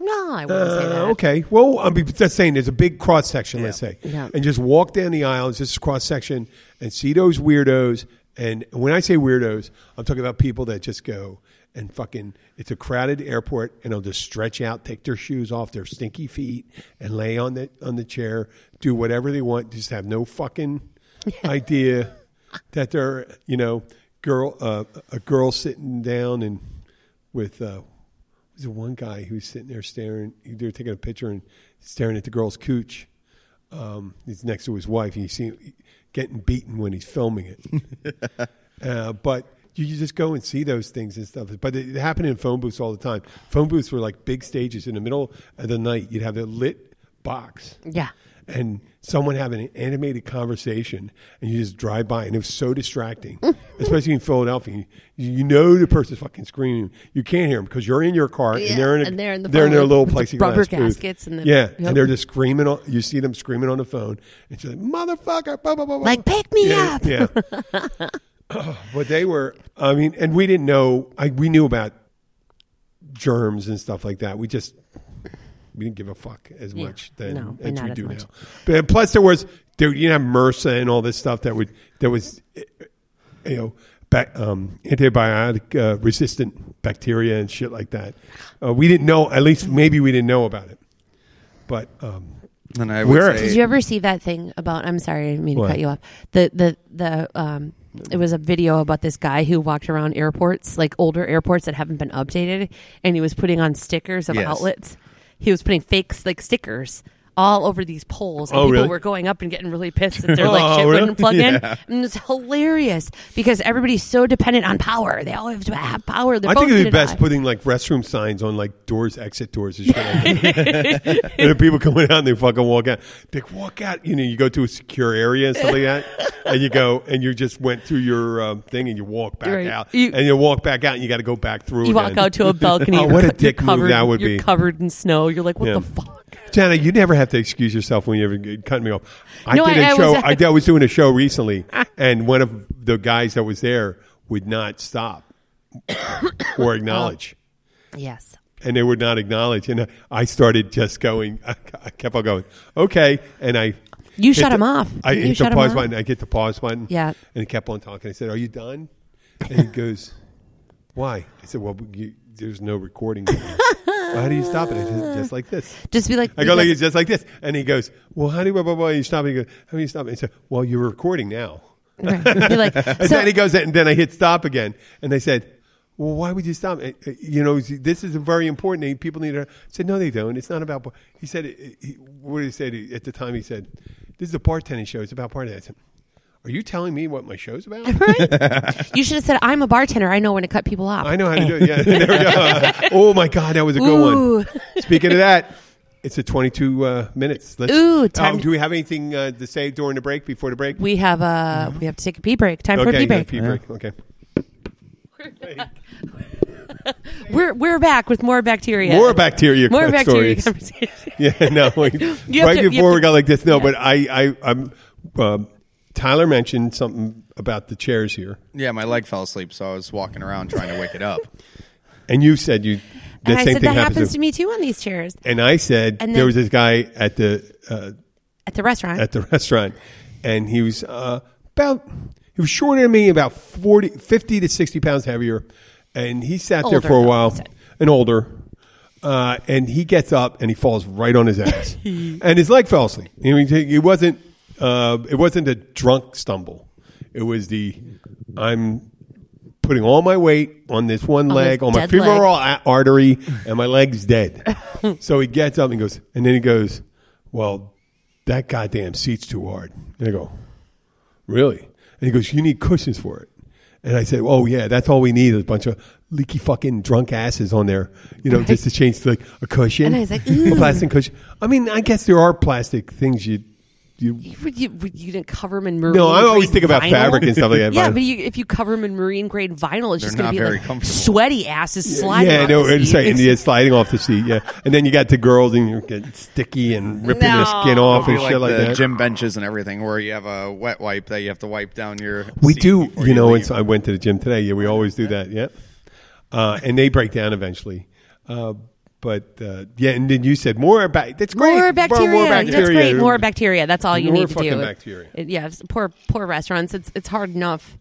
Speaker 2: No, I wouldn't say that.
Speaker 1: uh, okay. Well, I'm just saying there's a big cross section, let's say.
Speaker 2: Yeah.
Speaker 1: And just walk down the aisles, just cross section, and see those weirdos. And when I say weirdos, I'm talking about people that just go and fucking, it's a crowded airport, and they'll just stretch out, take their shoes off, their stinky feet, and lay on the, on the chair, do whatever they want, just have no fucking idea that they're, you know, girl, uh, a girl sitting down and with, uh, there's one guy who's sitting there staring. They were taking a picture and staring at the girl's cooch. Um, he's next to his wife, and you see him getting beaten when he's filming it. Uh, but you, you just go and see those things and stuff. But it, it happened in phone booths all the time. Phone booths were like big stages in the middle of the night. You'd have a lit box
Speaker 2: Yeah.
Speaker 1: and someone having an animated conversation and you just drive by and it was so distracting especially in philadelphia you, you know the person's fucking screaming you can't hear them because you're in your car
Speaker 2: Yeah,
Speaker 1: and they're in, a,
Speaker 2: and they're in the
Speaker 1: their
Speaker 2: phone
Speaker 1: little
Speaker 2: with the
Speaker 1: plexiglass
Speaker 2: rubber
Speaker 1: booth.
Speaker 2: gaskets and the-
Speaker 1: yeah
Speaker 2: Yep.
Speaker 1: and they're just screaming on you see them screaming on the phone and she's like motherfucker blah, blah, blah, blah,
Speaker 2: Like,
Speaker 1: blah."
Speaker 2: "Pick me
Speaker 1: yeah,
Speaker 2: up."
Speaker 1: yeah Oh, but they were i mean and we didn't know I, we knew about germs and stuff like that we just we didn't give a fuck as
Speaker 2: Yeah.
Speaker 1: much then
Speaker 2: No,
Speaker 1: as
Speaker 2: not
Speaker 1: we
Speaker 2: as
Speaker 1: do
Speaker 2: much.
Speaker 1: now. But plus, there was dude, you have MRSA and all this stuff that would that was eh, you know back, um, antibiotic uh, resistant bacteria and shit like that. Uh, we didn't know. At least maybe we didn't know about it. But um,
Speaker 3: And I would
Speaker 1: Where-
Speaker 3: say
Speaker 2: Did you ever see that thing about? I'm sorry, I didn't mean to
Speaker 1: What?
Speaker 2: cut you off. The the the um, it was a video about this guy who walked around airports, like older airports that haven't been updated, and he was putting on stickers of
Speaker 3: Yes.
Speaker 2: outlets. He was putting fakes like stickers all over these poles, and
Speaker 1: Oh,
Speaker 2: people
Speaker 1: really?
Speaker 2: were going up and getting really pissed that their like
Speaker 1: Oh,
Speaker 2: shit
Speaker 1: really?
Speaker 2: wouldn't plug
Speaker 3: Yeah.
Speaker 2: in. And it's hilarious because everybody's so dependent on power. They all have to have power. Their
Speaker 1: I think
Speaker 2: phones
Speaker 1: it'd be
Speaker 2: didn't
Speaker 1: best
Speaker 2: die.
Speaker 1: putting like restroom signs on like doors, exit doors, and shit. Like that. and if people coming out and they fucking walk out, they walk out. You know, you go to a secure area and stuff like that, and you go and you just went through your um, thing and you walk back
Speaker 2: Right.
Speaker 1: out,
Speaker 2: You-
Speaker 1: and you walk back out and you got to go back through.
Speaker 2: you walk
Speaker 1: again.
Speaker 2: out to a balcony.
Speaker 1: Oh,
Speaker 2: you're
Speaker 1: what a
Speaker 2: co- you're
Speaker 1: dick move
Speaker 2: covered-
Speaker 1: that would
Speaker 2: you're
Speaker 1: be.
Speaker 2: covered in snow. You're like, what
Speaker 1: Yeah.
Speaker 2: the fuck?
Speaker 1: Jana, you never have to excuse yourself when you ever cut me off. I
Speaker 2: No,
Speaker 1: did a
Speaker 2: I- I was-
Speaker 1: show. I, did- I was doing a show recently, and one of the guys that was there would not stop
Speaker 2: Uh,
Speaker 1: or acknowledge.
Speaker 2: Yes.
Speaker 1: and they would not acknowledge. And I started just going. I, I kept on going. Okay, and I.
Speaker 2: You
Speaker 1: hit
Speaker 2: shut
Speaker 1: the-
Speaker 2: him off.
Speaker 1: I
Speaker 2: Didn't you
Speaker 1: hit the
Speaker 2: shut him
Speaker 1: pause
Speaker 2: off?
Speaker 1: button. I hit the pause button.
Speaker 2: Yeah.
Speaker 1: And he kept on talking. I said, "Are you done?" And he goes, "Why?" I said, "Well, you, there's no recording. well, how do you stop it? It's just, just like this."
Speaker 2: Just be like,
Speaker 1: I go like
Speaker 2: because-
Speaker 1: it's just like this, and he goes, "Well, how do you blah blah blah?" You stop. And he goes, "How do you stop?" And he said, "Well, you're recording now."
Speaker 2: Right. Be like,
Speaker 1: And
Speaker 2: so-
Speaker 1: then he goes, and then I hit stop again. And they said, well, why would you stop? Uh, uh, You know, this is very important. and People need to. I said, no, they don't. It's not about. bar-" He said, uh, he, what did he say at the time? He said, this is a bartending show. It's about bartending. I said, are you telling me what my show's about?
Speaker 2: you should have said, "I'm a bartender. I know when to cut people off."
Speaker 1: I know how to do it. Yeah, there we go. Oh my God, that was a good
Speaker 2: Ooh.
Speaker 1: one. Speaking of that, it's a 22 uh, minutes. Let's,
Speaker 2: Ooh,
Speaker 1: Oh,
Speaker 2: time-
Speaker 1: do we have anything uh, to say during the break? Before the break?
Speaker 2: We have a we have to take a pee break. Time for a
Speaker 1: Mm-hmm. okay,
Speaker 2: pee
Speaker 1: yeah,
Speaker 2: break.
Speaker 1: pee break. Okay.
Speaker 2: We're we're back with more bacteria.
Speaker 1: More bacteria.
Speaker 2: More
Speaker 1: crap
Speaker 2: bacteria
Speaker 1: stories.
Speaker 2: conversation.
Speaker 1: Yeah, no. Like,
Speaker 2: you have
Speaker 1: right
Speaker 2: to- you
Speaker 1: before
Speaker 2: have
Speaker 1: we
Speaker 2: to-
Speaker 1: got like this, no. But I, I, I'm. Um, Tyler mentioned something about the chairs here,
Speaker 3: yeah, my leg fell asleep, so I was walking around trying to wake it up.
Speaker 1: and you said you. The
Speaker 2: And I
Speaker 1: same
Speaker 2: said
Speaker 1: thing
Speaker 2: that happens to
Speaker 1: me.
Speaker 2: me too on these chairs
Speaker 1: And I said
Speaker 2: And
Speaker 1: there
Speaker 2: then-
Speaker 1: was this guy at the uh,
Speaker 2: at the restaurant.
Speaker 1: at the restaurant, and he was uh, about he was shorter than me, about 40, 50 to sixty pounds heavier, and he sat
Speaker 2: Older,
Speaker 1: there for a
Speaker 2: though,
Speaker 1: while,
Speaker 2: so.
Speaker 1: and older. Uh, and he gets up and he falls right on his ass, and his leg fell asleep. I mean, he- it wasn't uh, it wasn't a drunk stumble. It was the I'm putting all my weight on this one
Speaker 2: On
Speaker 1: leg,
Speaker 2: this
Speaker 1: on my
Speaker 2: dead leg.
Speaker 1: femoral a- artery, and my leg's dead. so he gets up and goes, and then he goes, "Well, that goddamn seat's too hard." And I go, "Really?" And he goes, "You need cushions for it." And I said, "Oh yeah, that's all we need is a bunch of leaky fucking drunk asses on there, you know, just to change to like a cushion,
Speaker 2: And I was like,
Speaker 1: a
Speaker 2: "Ooh."
Speaker 1: plastic cushion. I mean, I guess there are plastic things you." You,
Speaker 2: You- would you, would you didn't cover them in marine.
Speaker 1: no, I always
Speaker 2: grade
Speaker 1: think about
Speaker 2: vinyl?
Speaker 1: fabric and stuff like that.
Speaker 2: Yeah,
Speaker 1: vinyl.
Speaker 2: but you, if you cover them in marine grade vinyl, it's just
Speaker 3: They're
Speaker 2: going to be
Speaker 3: not very
Speaker 2: like
Speaker 3: comfortable.
Speaker 2: sweaty asses sliding.
Speaker 1: yeah,
Speaker 2: off
Speaker 1: no,
Speaker 2: the
Speaker 1: and so- and
Speaker 2: seats.
Speaker 1: yeah, sliding off the seat. Yeah, and then you got the girls and you're getting sticky and ripping the
Speaker 2: No.
Speaker 1: skin off
Speaker 3: Be
Speaker 1: and shit like
Speaker 3: the
Speaker 1: that.
Speaker 3: gym benches and everything, where you have a wet wipe that you have to wipe down your.
Speaker 1: we
Speaker 3: seat
Speaker 1: do,
Speaker 3: before
Speaker 1: you know. uh,
Speaker 3: leave.
Speaker 1: And so I went to the gym today. Yeah, we always do that. Yeah, uh, and they break down eventually. Uh, but uh, yeah, and then you said more about that's great.
Speaker 2: More
Speaker 1: Well,
Speaker 2: bacteria. That's great. More bacteria. That's all you
Speaker 1: More
Speaker 2: need to
Speaker 1: fucking
Speaker 2: do.
Speaker 1: bacteria.
Speaker 2: It- yeah, it's- poor poor restaurants. It's it's hard enough.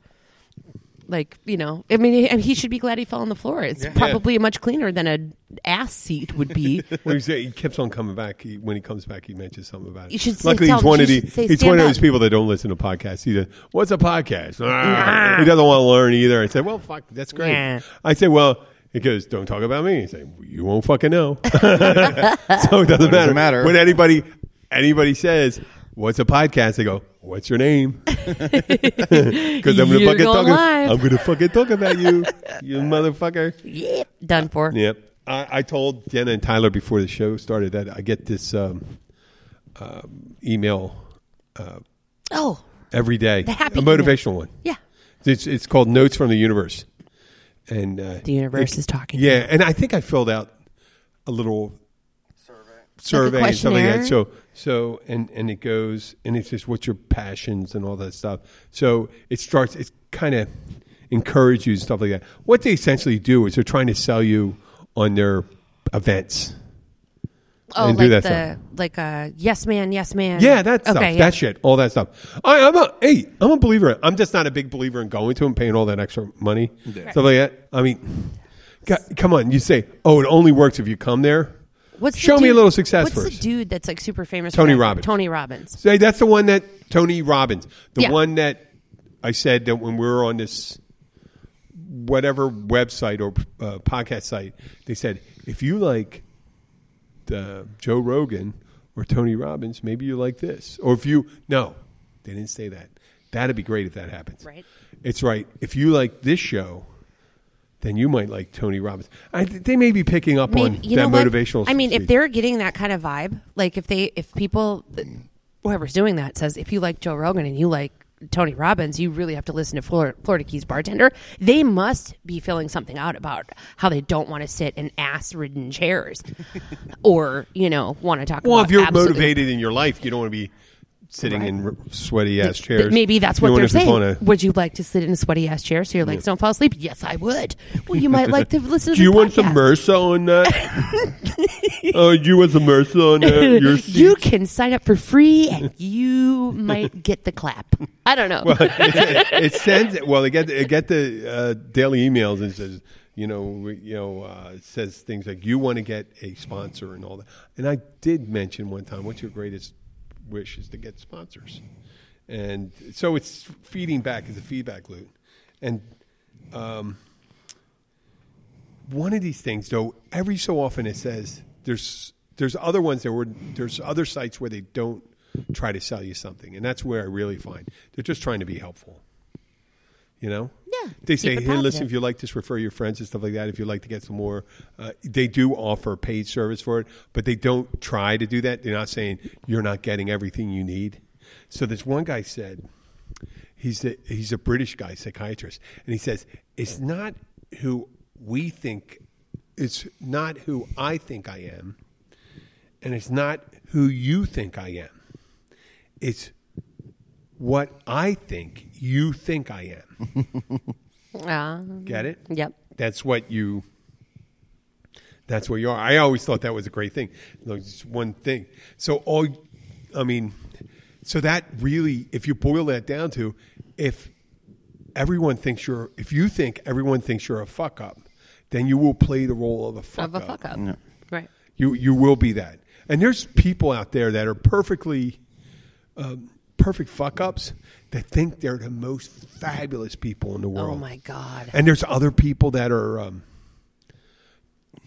Speaker 2: Like you know, I mean, and he should be glad he fell on the floor. It's probably much cleaner than an ass seat would be.
Speaker 1: Well, he's- he keeps on coming back. He, when he comes back, he mentions something about it.
Speaker 2: You should say-
Speaker 1: Luckily,
Speaker 2: tell
Speaker 1: he's
Speaker 2: him,
Speaker 1: one
Speaker 2: you
Speaker 1: of the
Speaker 2: should say,
Speaker 1: he's one
Speaker 2: "Stand
Speaker 1: of those
Speaker 2: up."
Speaker 1: people that don't listen to podcasts. He says, "What's a podcast?" Ah. he doesn't want to learn either. I said, "Well, fuck, that's great."
Speaker 2: Yeah.
Speaker 1: I say, "Well." He goes, don't talk about me. He say, you won't fucking know. so it doesn't matter.
Speaker 3: matter.
Speaker 1: When anybody anybody says, what's a podcast? They go, What's your name? Because I'm gonna
Speaker 2: You're
Speaker 1: fucking talk.
Speaker 2: going live.
Speaker 1: I'm gonna fucking talk about you, you motherfucker.
Speaker 2: Yep, done for.
Speaker 1: Yep. I, I told Jenna and Tyler before the show started that I get this um, um, email
Speaker 2: Oh,
Speaker 1: every day,
Speaker 2: The happy
Speaker 1: a
Speaker 2: email.
Speaker 1: motivational one.
Speaker 2: yeah.
Speaker 1: It's it's called Notes from the Universe, and uh,
Speaker 2: The universe is talking.
Speaker 1: Yeah, and I think I filled out a little survey, and stuff like that.
Speaker 2: questionnaire?
Speaker 1: So so and and it goes and it's just what's your passions and all that stuff. So it starts. It kind of encourages you and stuff like that. What they essentially do is they're trying to sell you on their events.
Speaker 2: Oh,
Speaker 1: and
Speaker 2: like
Speaker 1: do that
Speaker 2: the like uh, yes man, yes man.
Speaker 1: Yeah, that stuff.
Speaker 2: Okay, yeah.
Speaker 1: That shit. All that stuff. I, I'm a hey, I'm a believer. I'm just not a big believer in going to them, paying all that extra money, stuff like that. I mean, God, come on. You say, oh, it only works if you come there.
Speaker 2: What's the
Speaker 1: Show me a
Speaker 2: dude-
Speaker 1: little success
Speaker 2: what's
Speaker 1: first.
Speaker 2: the dude that's like super famous?
Speaker 1: Tony
Speaker 2: for that?
Speaker 1: Robbins.
Speaker 2: Tony Robbins.
Speaker 1: Say that's the one that Tony Robbins, the
Speaker 2: Yeah.
Speaker 1: one that I said that when we were on this whatever website or uh, podcast site, they said if you like the Joe Rogan or Tony Robbins, maybe you like this. Or if you no, they didn't say that. That'd be great if that happens.
Speaker 2: Right.
Speaker 1: It's right. If you like this show, then you might like Tony Robbins. I, th- they may be picking up on
Speaker 2: you
Speaker 1: that
Speaker 2: know what?
Speaker 1: motivational.
Speaker 2: I mean, if
Speaker 1: speech.
Speaker 2: they're getting that kind of vibe, like if they, if people, whoever's doing that says, if you like Joe Rogan and you like Tony Robbins, you really have to listen to Florida, Florida Keys Bartender. They must be feeling something out about how they don't want to sit in ass-ridden chairs, or you know, want to talk.
Speaker 1: Well,
Speaker 2: about
Speaker 1: if you're
Speaker 2: absolute-
Speaker 1: motivated in your life, you don't want to be sitting in r- sweaty ass
Speaker 2: Th-
Speaker 1: chairs.
Speaker 2: Maybe that's
Speaker 1: You
Speaker 2: what
Speaker 1: wanna
Speaker 2: they're
Speaker 1: just
Speaker 2: saying.
Speaker 1: wanna-
Speaker 2: Would you like to sit in a sweaty ass chair so your legs don't fall asleep? Yes, I would. Well, you might like to listen. to
Speaker 1: do you
Speaker 2: the
Speaker 1: want some
Speaker 2: podcast.
Speaker 1: MRSA on that? Oh, do you want some MRSA on that? Your seat?
Speaker 2: You can sign up for free, and you might get the clap. I don't know.
Speaker 1: it sends it. Well, they get they get the uh, daily emails and it says, you know, we, you know, uh, it says things like you want to get a sponsor and all that. And I did mention one time, what's your greatest wish is to get sponsors, and so it's feeding back as a feedback loop, and. Um, one of these things, though, every so often it says there's there's other ones that were there's other sites where they don't try to sell you something, and that's where I really find they're just trying to be helpful. You know,
Speaker 2: Yeah,
Speaker 1: They
Speaker 2: keep
Speaker 1: say,
Speaker 2: it
Speaker 1: hey, listen,
Speaker 2: positive."
Speaker 1: if you like this, refer your friends and stuff like that. If you'd like to get some more, uh, they do offer paid service for it, but they don't try to do that. They're not saying you're not getting everything you need. So this one guy said, he's a, he's a British guy, psychiatrist, and he says it's not who we think, it's not who I think I am, and it's not who you think I am. It's what I think you think I am.
Speaker 2: Uh,
Speaker 1: Get it?
Speaker 2: yep.
Speaker 1: That's what you. That's where you are. I always thought that was a great thing. Like, It's one thing. So all, I mean, so that really, if you boil that down to, if everyone thinks you're, if you think everyone thinks you're a fuck up, then you will play the role of a fuck
Speaker 2: Of a fuck up. Right.
Speaker 1: you you will be that. And there's people out there that are perfectly um, perfect fuck ups that think they're the most fabulous people in the world.
Speaker 2: Oh my god.
Speaker 1: And there's other people that are um,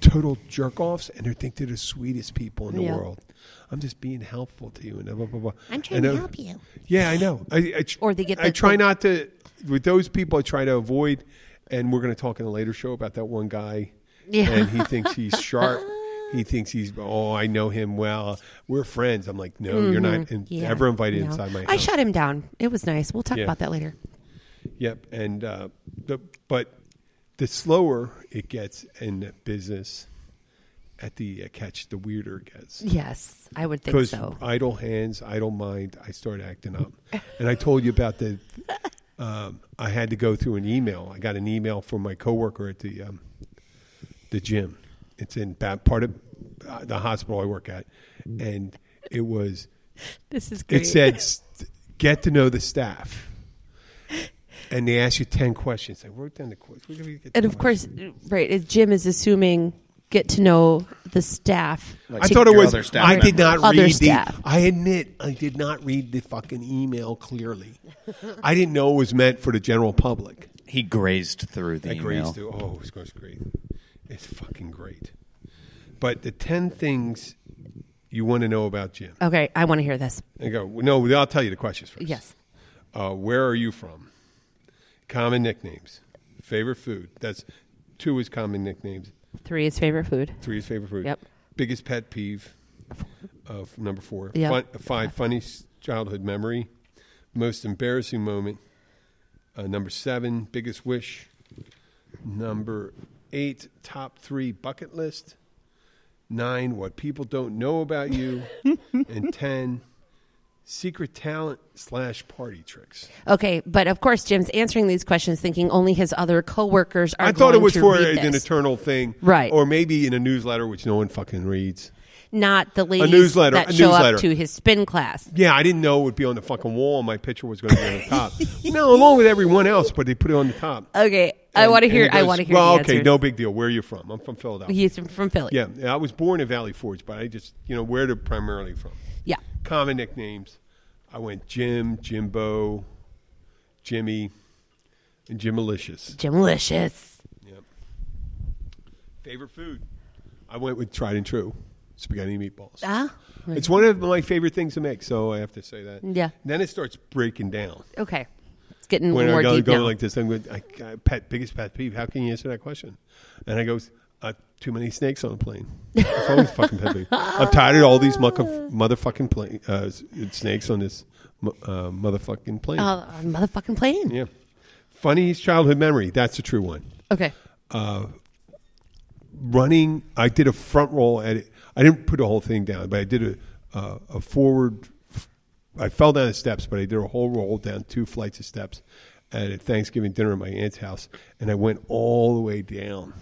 Speaker 1: total jerk offs and they think they're the sweetest people in the
Speaker 2: Yeah.
Speaker 1: world. I'm just being helpful to you and blah blah blah. blah.
Speaker 2: I'm trying
Speaker 1: And,
Speaker 2: to
Speaker 1: uh,
Speaker 2: help you.
Speaker 1: Yeah, I know. I, I tr-
Speaker 2: Or they get
Speaker 1: I
Speaker 2: the-
Speaker 1: try not to with those people. I try to avoid. And we're going to talk in a later show about that one guy.
Speaker 2: Yeah.
Speaker 1: And he thinks he's sharp. He thinks he's oh I know him well. We're friends. I'm like no, you're not in,
Speaker 2: Mm-hmm. Yeah.
Speaker 1: ever invited
Speaker 2: No.
Speaker 1: inside my house.
Speaker 2: I shut him down. It was nice. We'll talk
Speaker 1: Yeah.
Speaker 2: about that later.
Speaker 1: Yep, and uh, the but the slower it gets in business, at the uh, catch, the weirder it gets.
Speaker 2: Yes, I would think
Speaker 1: Because
Speaker 2: so.
Speaker 1: idle hands, idle mind, I start acting up. and I told you about the. Um, I had to go through an email. I got an email from my coworker at the um, the gym. It's in that part of uh, the hospital I work at, and it was
Speaker 2: This is great.
Speaker 1: it said "St- get to know the staff and they ask you 10 questions i wrote down the questions Where did we get
Speaker 2: and
Speaker 1: the
Speaker 2: of course, right? Is Jim is assuming get to know the staff.
Speaker 1: I thought it
Speaker 3: your
Speaker 1: was.
Speaker 3: other staff
Speaker 1: I did not
Speaker 3: members.
Speaker 2: Other
Speaker 1: read
Speaker 2: staff.
Speaker 1: the. I admit I did not read the fucking email clearly. I didn't know it was meant for the general public.
Speaker 3: He grazed through the
Speaker 1: That
Speaker 3: email.
Speaker 1: grace too. Oh, it's great. It's fucking great. But the ten things you want to know about Jim.
Speaker 2: Okay, I want to hear this.
Speaker 1: They go, no, I'll tell you the questions first.
Speaker 2: Yes.
Speaker 1: Uh, where are you from? Common nicknames. Favorite food. That's two is common nicknames.
Speaker 2: Three is favorite food.
Speaker 1: Three is favorite food.
Speaker 2: Yep.
Speaker 1: Biggest pet peeve. Uh, f- number four.
Speaker 2: Yep.
Speaker 1: five. Funny s- childhood memory. Most embarrassing moment. Uh, number seven. Biggest wish. Number eight. Top three bucket list. Nine. What people don't know about you. and ten. Secret talent slash party tricks.
Speaker 2: Okay, but of course Jim's answering these questions thinking only his other coworkers are
Speaker 1: I thought it
Speaker 2: going
Speaker 1: was
Speaker 2: to
Speaker 1: for
Speaker 2: read
Speaker 1: an
Speaker 2: this.
Speaker 1: eternal thing,
Speaker 2: Right.
Speaker 1: Or maybe in a newsletter, which no one fucking reads.
Speaker 2: not the ladies
Speaker 1: newsletter,
Speaker 2: that
Speaker 1: a
Speaker 2: show
Speaker 1: newsletter.
Speaker 2: up to his spin class.
Speaker 1: Yeah, I didn't know it would be on the fucking wall. and My picture was going to be on the top. no, along with everyone else, but they put it on the top.
Speaker 2: Okay, I
Speaker 1: And-
Speaker 2: want to
Speaker 1: and
Speaker 2: hear.
Speaker 1: it
Speaker 2: I
Speaker 1: goes,
Speaker 2: want to hear.
Speaker 1: Well,
Speaker 2: the
Speaker 1: okay,
Speaker 2: answers.
Speaker 1: no big deal. Where are you from? I'm from Philadelphia.
Speaker 2: he's from Philly.
Speaker 1: Yeah, yeah, I was born in Valley Forge, but I just you know where they're primarily from.
Speaker 2: yeah.
Speaker 1: Common nicknames. I went Jim, Jimbo, Jimmy, and Jimalicious.
Speaker 2: Jimlicious.
Speaker 1: Yep. Favorite food? I went with tried and true spaghetti and meatballs.
Speaker 2: Ah,
Speaker 1: It's one of my favorite things to make, so I have to say that.
Speaker 2: Yeah.
Speaker 1: Then it starts breaking down.
Speaker 2: okay. It's getting
Speaker 1: When
Speaker 2: more
Speaker 1: I go,
Speaker 2: deep
Speaker 1: go
Speaker 2: now.
Speaker 1: like this, I'm going, I, I, pet, biggest pet peeve, how can you answer that question? And I go, uh, too many snakes on a plane. It's always fucking pet peeve. I'm tired of all these mucka, motherfucking plane, uh, s- snakes on this mu- uh, motherfucking plane.
Speaker 2: Uh, a motherfucking plane.
Speaker 1: yeah. Funniest childhood memory. That's a true one.
Speaker 2: Okay.
Speaker 1: running. I did a front roll at it. I didn't put the whole thing down, but I did a uh, a forward. I fell down the steps, but I did a whole roll down two flights of steps at a Thanksgiving dinner at my aunt's house, and I went all the way down,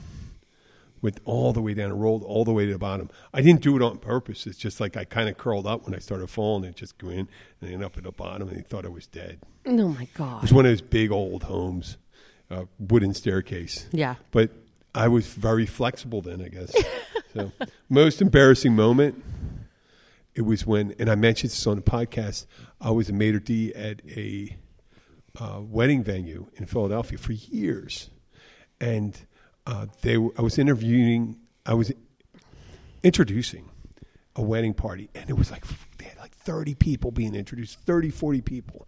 Speaker 1: went all the way down and rolled all the way to the bottom. I didn't do it on purpose. It's just like I kind of curled up when I started falling and just went and ended up at the bottom, and they thought I was dead.
Speaker 2: Oh my
Speaker 1: It
Speaker 2: god.
Speaker 1: was one of those big old homes, uh, wooden staircase.
Speaker 2: Yeah.
Speaker 1: But I was very flexible then, I guess. so, most embarrassing moment. It was when, and I mentioned this on the podcast. I was a maitre d at a uh, wedding venue in Philadelphia for years, and uh, they were, I was interviewing. I was introducing a wedding party and it was like they had like 30 people being introduced 30 40 people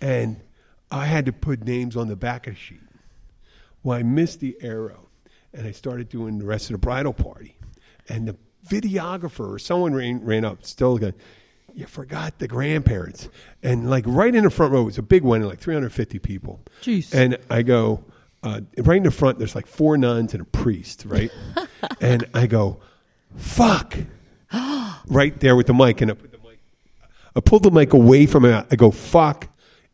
Speaker 1: and i had to put names on the back of the sheet well i missed the arrow and i started doing the rest of the bridal party and the videographer or someone ran, ran up still going you forgot the grandparents and like right in the front row it was a big one like 350 people
Speaker 2: Jeez.
Speaker 1: and I go, uh, right in the front, there's like four nuns and a priest, right? and I go, fuck. right there with the mic. And I, put the mic, I pulled the mic away from it. I go, fuck,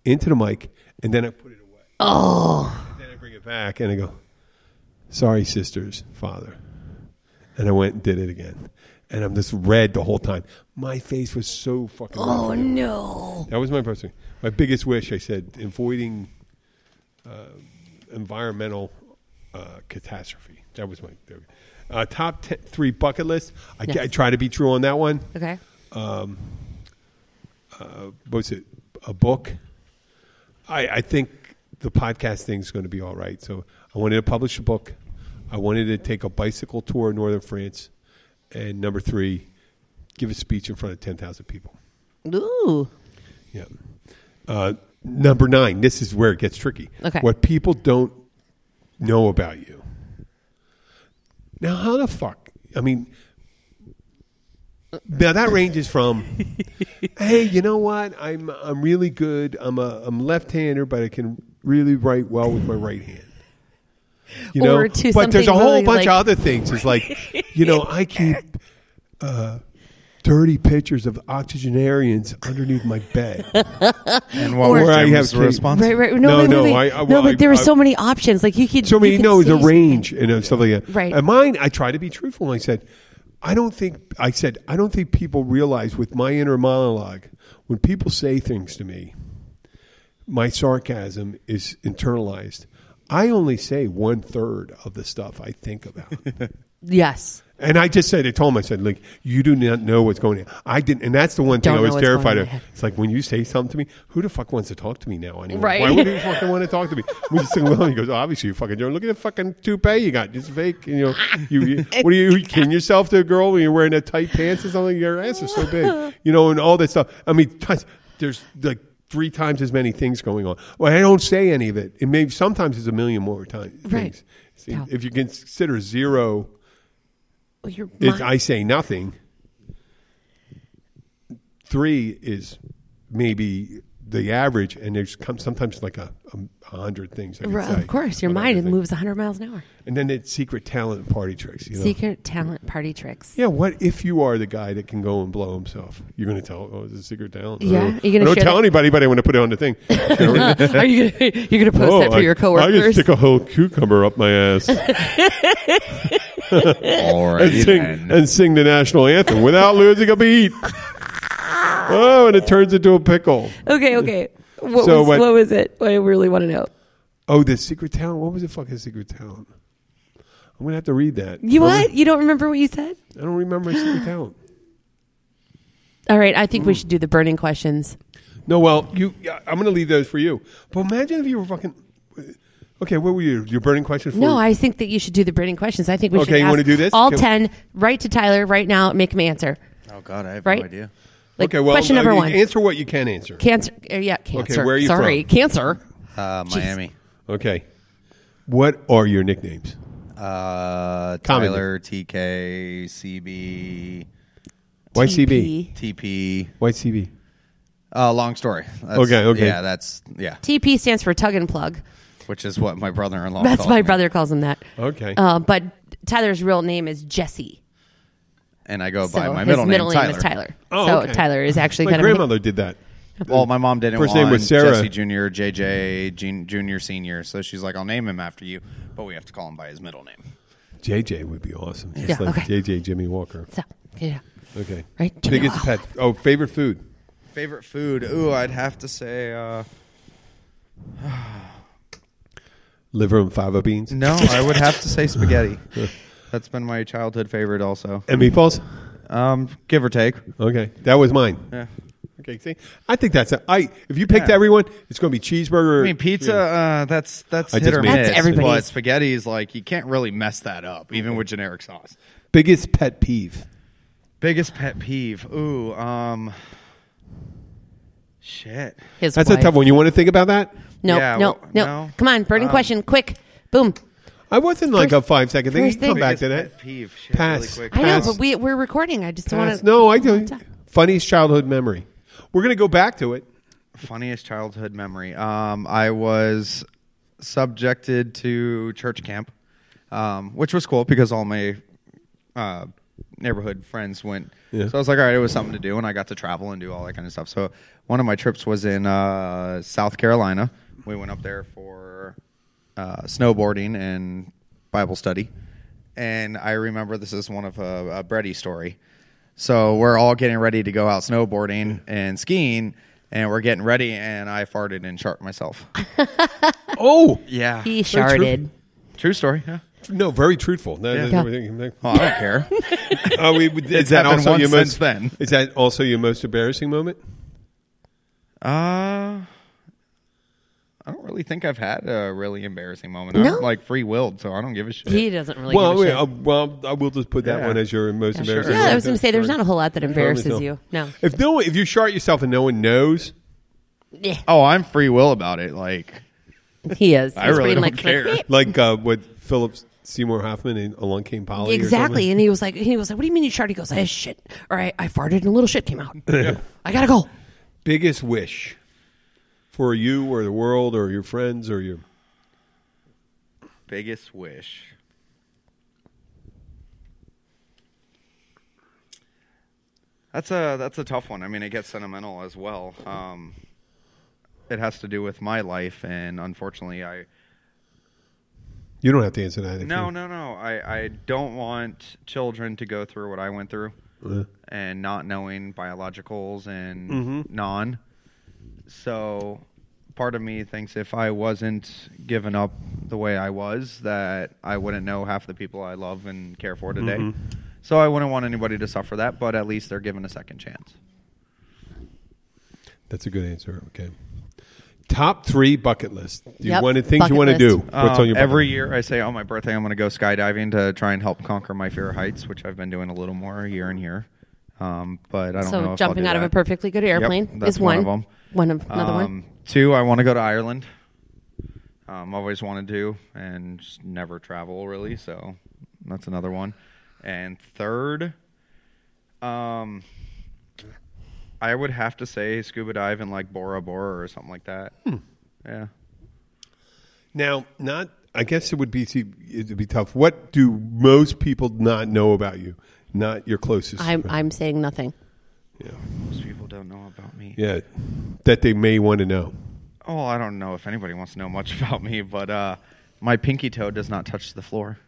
Speaker 1: into the mic. And then I put it away. Oh. And then I bring it back and I go, sorry, sisters, father. And I went and did it again. And I'm just red the whole time. My face was so fucking.
Speaker 2: Oh
Speaker 1: red.
Speaker 2: no.
Speaker 1: That was my person. My biggest wish, I said, avoiding uh, environmental uh, catastrophe. That was my uh, top ten, three bucket list. I,
Speaker 2: Yes.
Speaker 1: I try to be true on that one.
Speaker 2: Okay.
Speaker 1: What's it? A book. I, I think the podcast thing is going to be all right. So I wanted to publish a book. I wanted to take a bicycle tour in northern France, and number three, give a speech in front of ten thousand people.
Speaker 2: Ooh.
Speaker 1: Yeah. Uh, number nine. This is where it gets tricky.
Speaker 2: Okay.
Speaker 1: What people don't know about you. Now, how the fuck? I mean, now that ranges from, hey, you know what? I'm I'm really good. I'm a I'm left-hander, but I can really write well with my right hand. You know,
Speaker 2: Or to
Speaker 1: but there's a
Speaker 2: something
Speaker 1: whole
Speaker 2: really,
Speaker 1: bunch
Speaker 2: like-
Speaker 1: of other things. It's like, you know, I keep uh, dirty pictures of octogenarians underneath my bed.
Speaker 3: And what
Speaker 1: Or
Speaker 3: was
Speaker 1: I
Speaker 3: Jim's
Speaker 1: have cake.
Speaker 3: response?
Speaker 2: Right, right.
Speaker 1: No,
Speaker 2: No, wait,
Speaker 1: no,
Speaker 2: wait, wait.
Speaker 1: I- I-
Speaker 2: no,
Speaker 1: well, I-
Speaker 2: but there were
Speaker 1: I-
Speaker 2: so many options. Like you could.
Speaker 1: So I
Speaker 2: you
Speaker 1: mean,
Speaker 2: could
Speaker 1: no, it's a
Speaker 2: say-
Speaker 1: range and uh, stuff like that.
Speaker 2: Right.
Speaker 1: And mine, I try to be truthful. I said, I don't think. I said, I don't think people realize with my inner monologue when people say things to me, my sarcasm is internalized. I only say one third of the stuff I think about.
Speaker 2: Yes.
Speaker 1: And I just said, I told him, I said, like, you do not know what's going on. I didn't, and that's the one thing
Speaker 2: Don't
Speaker 1: I was
Speaker 2: know what's going
Speaker 1: terrified
Speaker 2: on in
Speaker 1: of.
Speaker 2: my head.
Speaker 1: It's like when you say something to me, who the fuck wants to talk to me now anymore?
Speaker 2: Right.
Speaker 1: Why would you fucking want to talk to me? We just sing along. He goes, obviously you fucking don't. Look at the fucking toupee you got. It's fake. You know, you, you what are you, you kidding yourself to a girl when you're wearing that tight pants or something? Your ass is so big, you know, and all that stuff. I mean, t- there's like three times as many things going on. Well, I don't say any of it. It may sometimes it's a million more times.
Speaker 2: Right.
Speaker 1: Things. See,
Speaker 2: Yeah.
Speaker 1: If you consider zero.
Speaker 2: Well, you're
Speaker 1: It's,
Speaker 2: my-
Speaker 1: I say nothing. Three is maybe the average, and there's come, sometimes like a, a hundred things. I could
Speaker 2: Right,
Speaker 1: say
Speaker 2: of course, your
Speaker 1: on
Speaker 2: mind it
Speaker 1: everything.
Speaker 2: moves 100 miles an hour.
Speaker 1: And then it's secret talent and party tricks. You know?
Speaker 2: Secret talent party tricks.
Speaker 1: Yeah, what if you are the guy that can go and blow himself? You're going to tell, oh, it's a secret talent.
Speaker 2: Yeah,
Speaker 1: Oh,
Speaker 2: you're gonna
Speaker 1: I don't
Speaker 2: share
Speaker 1: tell
Speaker 2: that-
Speaker 1: anybody, but I want to put it on the thing.
Speaker 2: Are you gonna you're gonna post
Speaker 1: Oh,
Speaker 2: that for
Speaker 1: I-
Speaker 2: your
Speaker 1: I can
Speaker 2: coworkers?
Speaker 1: stick a whole cucumber up my ass and
Speaker 3: All right.
Speaker 1: sing,
Speaker 3: then.
Speaker 1: and sing the national anthem without losing a beat. Oh, and it turns into a pickle.
Speaker 2: okay, okay. What
Speaker 1: So
Speaker 2: was
Speaker 1: what-
Speaker 2: what, was it? I really want to know.
Speaker 1: Oh, the secret talent. What was the fucking secret talent? I'm gonna have to read that.
Speaker 2: You
Speaker 1: Remember-
Speaker 2: what? You don't remember what you said?
Speaker 1: I don't remember my secret talent.
Speaker 2: All right, I think we should do the burning questions.
Speaker 1: No, well, you. yeah, I'm gonna leave those for you. But imagine if you were fucking. Okay, what were you? Your burning questions? For?
Speaker 2: No, I think that you should do the burning questions. I think we should.
Speaker 1: Okay, you
Speaker 2: ask
Speaker 1: wanna do this?
Speaker 2: All
Speaker 1: Can-
Speaker 2: ten. Write to Tyler right now. Make him answer.
Speaker 3: Oh God, I have
Speaker 2: Right?
Speaker 3: no idea.
Speaker 2: Like,
Speaker 1: okay, well,
Speaker 2: question number
Speaker 1: uh,
Speaker 2: one.
Speaker 1: Answer what you can answer.
Speaker 2: cancer. uh, yeah, cancer.
Speaker 1: where are you
Speaker 2: Sorry,
Speaker 1: from?
Speaker 2: cancer.
Speaker 3: Uh, Miami.
Speaker 1: Okay, what are your nicknames?
Speaker 3: Uh,
Speaker 1: Comedy.
Speaker 3: Tyler, TK, CB,
Speaker 1: YCB.
Speaker 3: TP.
Speaker 1: YCB.
Speaker 3: Uh, long story. That's-
Speaker 1: Okay, okay.
Speaker 3: Yeah, that's yeah.
Speaker 2: TP stands for tug and plug.
Speaker 3: Which is what my brother-in-law.
Speaker 2: That's
Speaker 3: calls
Speaker 2: my
Speaker 3: me.
Speaker 2: brother calls him that.
Speaker 1: Okay.
Speaker 2: Uh, but Tyler's real name is Jesse.
Speaker 3: And I go
Speaker 2: So
Speaker 3: by my
Speaker 2: his
Speaker 3: middle,
Speaker 2: middle name,
Speaker 3: Tyler.
Speaker 2: is Tyler.
Speaker 1: Oh,
Speaker 2: so
Speaker 1: okay.
Speaker 2: Tyler is actually
Speaker 1: My
Speaker 2: kind of
Speaker 1: grandmother did that.
Speaker 3: Well, my mom didn't
Speaker 1: First
Speaker 3: want
Speaker 1: name was Sarah.
Speaker 3: Jesse Junior, JJ Jun- Junior, Senior. So she's like, "I'll name him after you, but we have to call him by his middle name."
Speaker 1: JJ would be awesome. Just
Speaker 2: Yeah,
Speaker 1: like
Speaker 2: okay.
Speaker 1: JJ Jimmy Walker.
Speaker 2: so, yeah.
Speaker 1: Okay.
Speaker 2: Right, Jimmy
Speaker 1: Biggest pet. Oh, favorite food.
Speaker 3: Favorite food? Ooh, I'd have to say uh,
Speaker 1: Liver and fava beans.
Speaker 3: no. I would have to say spaghetti. That's been my childhood favorite, also.
Speaker 1: And meatballs.
Speaker 3: Um, give or take.
Speaker 1: Okay, that was mine.
Speaker 3: Yeah.
Speaker 1: Okay, see, I think that's a, I. If you picked
Speaker 3: Yeah.
Speaker 1: everyone, it's going to be cheeseburger.
Speaker 3: I mean, pizza. Uh, that's that's
Speaker 1: I
Speaker 3: hit
Speaker 1: just
Speaker 3: or
Speaker 1: made-
Speaker 3: miss.
Speaker 1: That's
Speaker 2: everybody's.
Speaker 3: But spaghetti is like you can't really mess that up, even with generic sauce.
Speaker 1: Biggest pet peeve.
Speaker 3: Biggest pet peeve. Ooh, um, shit.
Speaker 2: His
Speaker 1: That's
Speaker 2: wife.
Speaker 1: a tough one. You want to think about that?
Speaker 2: No,
Speaker 3: Yeah,
Speaker 2: no,
Speaker 3: well,
Speaker 2: no,
Speaker 3: no.
Speaker 2: Come on, burning
Speaker 3: Um,
Speaker 2: question, quick, boom.
Speaker 1: I wasn't like a five second thing. You
Speaker 2: first
Speaker 1: can come
Speaker 2: thing-
Speaker 1: back to
Speaker 3: Biggest
Speaker 1: that.
Speaker 3: pet peeve. Shit,
Speaker 1: Pass.
Speaker 3: really quick.
Speaker 2: I know,
Speaker 1: Pass.
Speaker 2: but we we're recording. I just don't want
Speaker 1: Pass.
Speaker 2: to.
Speaker 1: No, I do. Funniest childhood memory. We're going to go back to it.
Speaker 3: Funniest childhood memory. Um, I was subjected to church camp, um, which was cool because all my uh, neighborhood friends went.
Speaker 1: Yeah.
Speaker 3: So I was like, all right, it was something to do, and I got to travel and do all that kind of stuff. So one of my trips was in uh, South Carolina. We went up there for uh, snowboarding and Bible study. And I remember this is one of uh, a, a Brady story. So we're all getting ready to go out snowboarding and skiing, and we're getting ready, and I farted and sharted myself.
Speaker 1: Oh
Speaker 3: Yeah,
Speaker 2: He
Speaker 1: true.
Speaker 2: sharded.
Speaker 3: true story. Yeah.
Speaker 1: no, very truthful. That-
Speaker 3: Yeah.
Speaker 1: that's everything.
Speaker 3: Oh, I don't care.
Speaker 1: Oh, we, is that
Speaker 3: happened
Speaker 1: also
Speaker 3: once
Speaker 1: your most?
Speaker 3: since then.
Speaker 1: Is that also your most embarrassing moment?
Speaker 3: Uh, I don't really think I've had a really embarrassing moment.
Speaker 2: No?
Speaker 3: I'm like free willed, so I don't give a shit.
Speaker 2: He doesn't really.
Speaker 1: well,
Speaker 2: give
Speaker 1: we,
Speaker 2: a
Speaker 1: uh,
Speaker 2: shit.
Speaker 1: well, I will just put that
Speaker 3: Yeah.
Speaker 1: one as your most
Speaker 2: Yeah, sure.
Speaker 1: embarrassing.
Speaker 2: Yeah,
Speaker 1: moment.
Speaker 2: I was going to say there's not a whole lot that
Speaker 1: Probably
Speaker 2: embarrasses
Speaker 1: so.
Speaker 2: you. No.
Speaker 1: If no, if you shart yourself and no one knows,
Speaker 2: Yeah,
Speaker 3: oh, I'm free will about it. Like
Speaker 2: he is.
Speaker 3: I
Speaker 2: He's
Speaker 3: really
Speaker 2: reading,
Speaker 3: don't care.
Speaker 2: "Beep."
Speaker 1: like uh, with Philip Seymour Hoffman and Along Came Polly. or
Speaker 2: Exactly, and he was like, he was like, "What do you mean you sharded?" He goes, "I shit, or I, I farted and a little shit came out. I gotta go."
Speaker 1: something. Biggest wish for you or the world or your friends or your
Speaker 3: biggest wish. That's a that's a tough one. I mean, it gets sentimental as well. Um, it has to do with my life, and unfortunately, I
Speaker 1: you don't have to answer that. if
Speaker 3: no
Speaker 1: you-
Speaker 3: no no. I I don't want children to go through what I went through, and not knowing biologicals and non. So, part of me thinks if I wasn't given up the way I was, that I wouldn't know half the people I love and care for today. So I wouldn't want anybody to suffer that, but at least they're given a second chance.
Speaker 1: That's a good answer. Okay. Top three bucket list. You
Speaker 2: Yep,
Speaker 1: wanted things you
Speaker 2: bucket
Speaker 1: want to
Speaker 2: list.
Speaker 1: do. What's
Speaker 3: Um,
Speaker 1: on your bucket
Speaker 3: every
Speaker 1: list?
Speaker 3: year I say on my birthday I'm going to go skydiving to try and help conquer my fear of heights, which I've been doing a little more year and year. Um, but I don't know.
Speaker 2: So
Speaker 3: if I'll
Speaker 2: jumping
Speaker 3: do
Speaker 2: out of
Speaker 3: that.
Speaker 2: a perfectly good airplane
Speaker 3: that's
Speaker 2: is
Speaker 3: one
Speaker 2: one.
Speaker 3: of 'em.
Speaker 2: One of another
Speaker 3: Um,
Speaker 2: one.
Speaker 3: Two, I want to go to Ireland. Um, always wanted to, and just never travel really. So that's another one. And third, um, I would have to say scuba dive in like Bora Bora or something like that. Yeah.
Speaker 1: Now, not. I guess it would be see, it'd be tough. What do most people not know about you? Not your closest.
Speaker 2: I'm I'm saying nothing.
Speaker 1: yeah.
Speaker 3: Most people don't know about me.
Speaker 1: yeah, that they may want to know.
Speaker 3: Oh, I don't know if anybody wants to know much about me, but uh, my pinky toe does not touch the floor.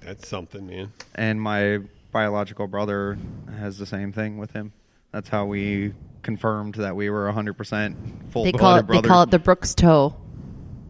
Speaker 1: That's something, man.
Speaker 3: and my biological brother has the same thing with him. That's how we confirmed that we were 100% full
Speaker 2: They call
Speaker 3: blooded
Speaker 2: it they
Speaker 3: brothers.
Speaker 2: call it the Brooks toe.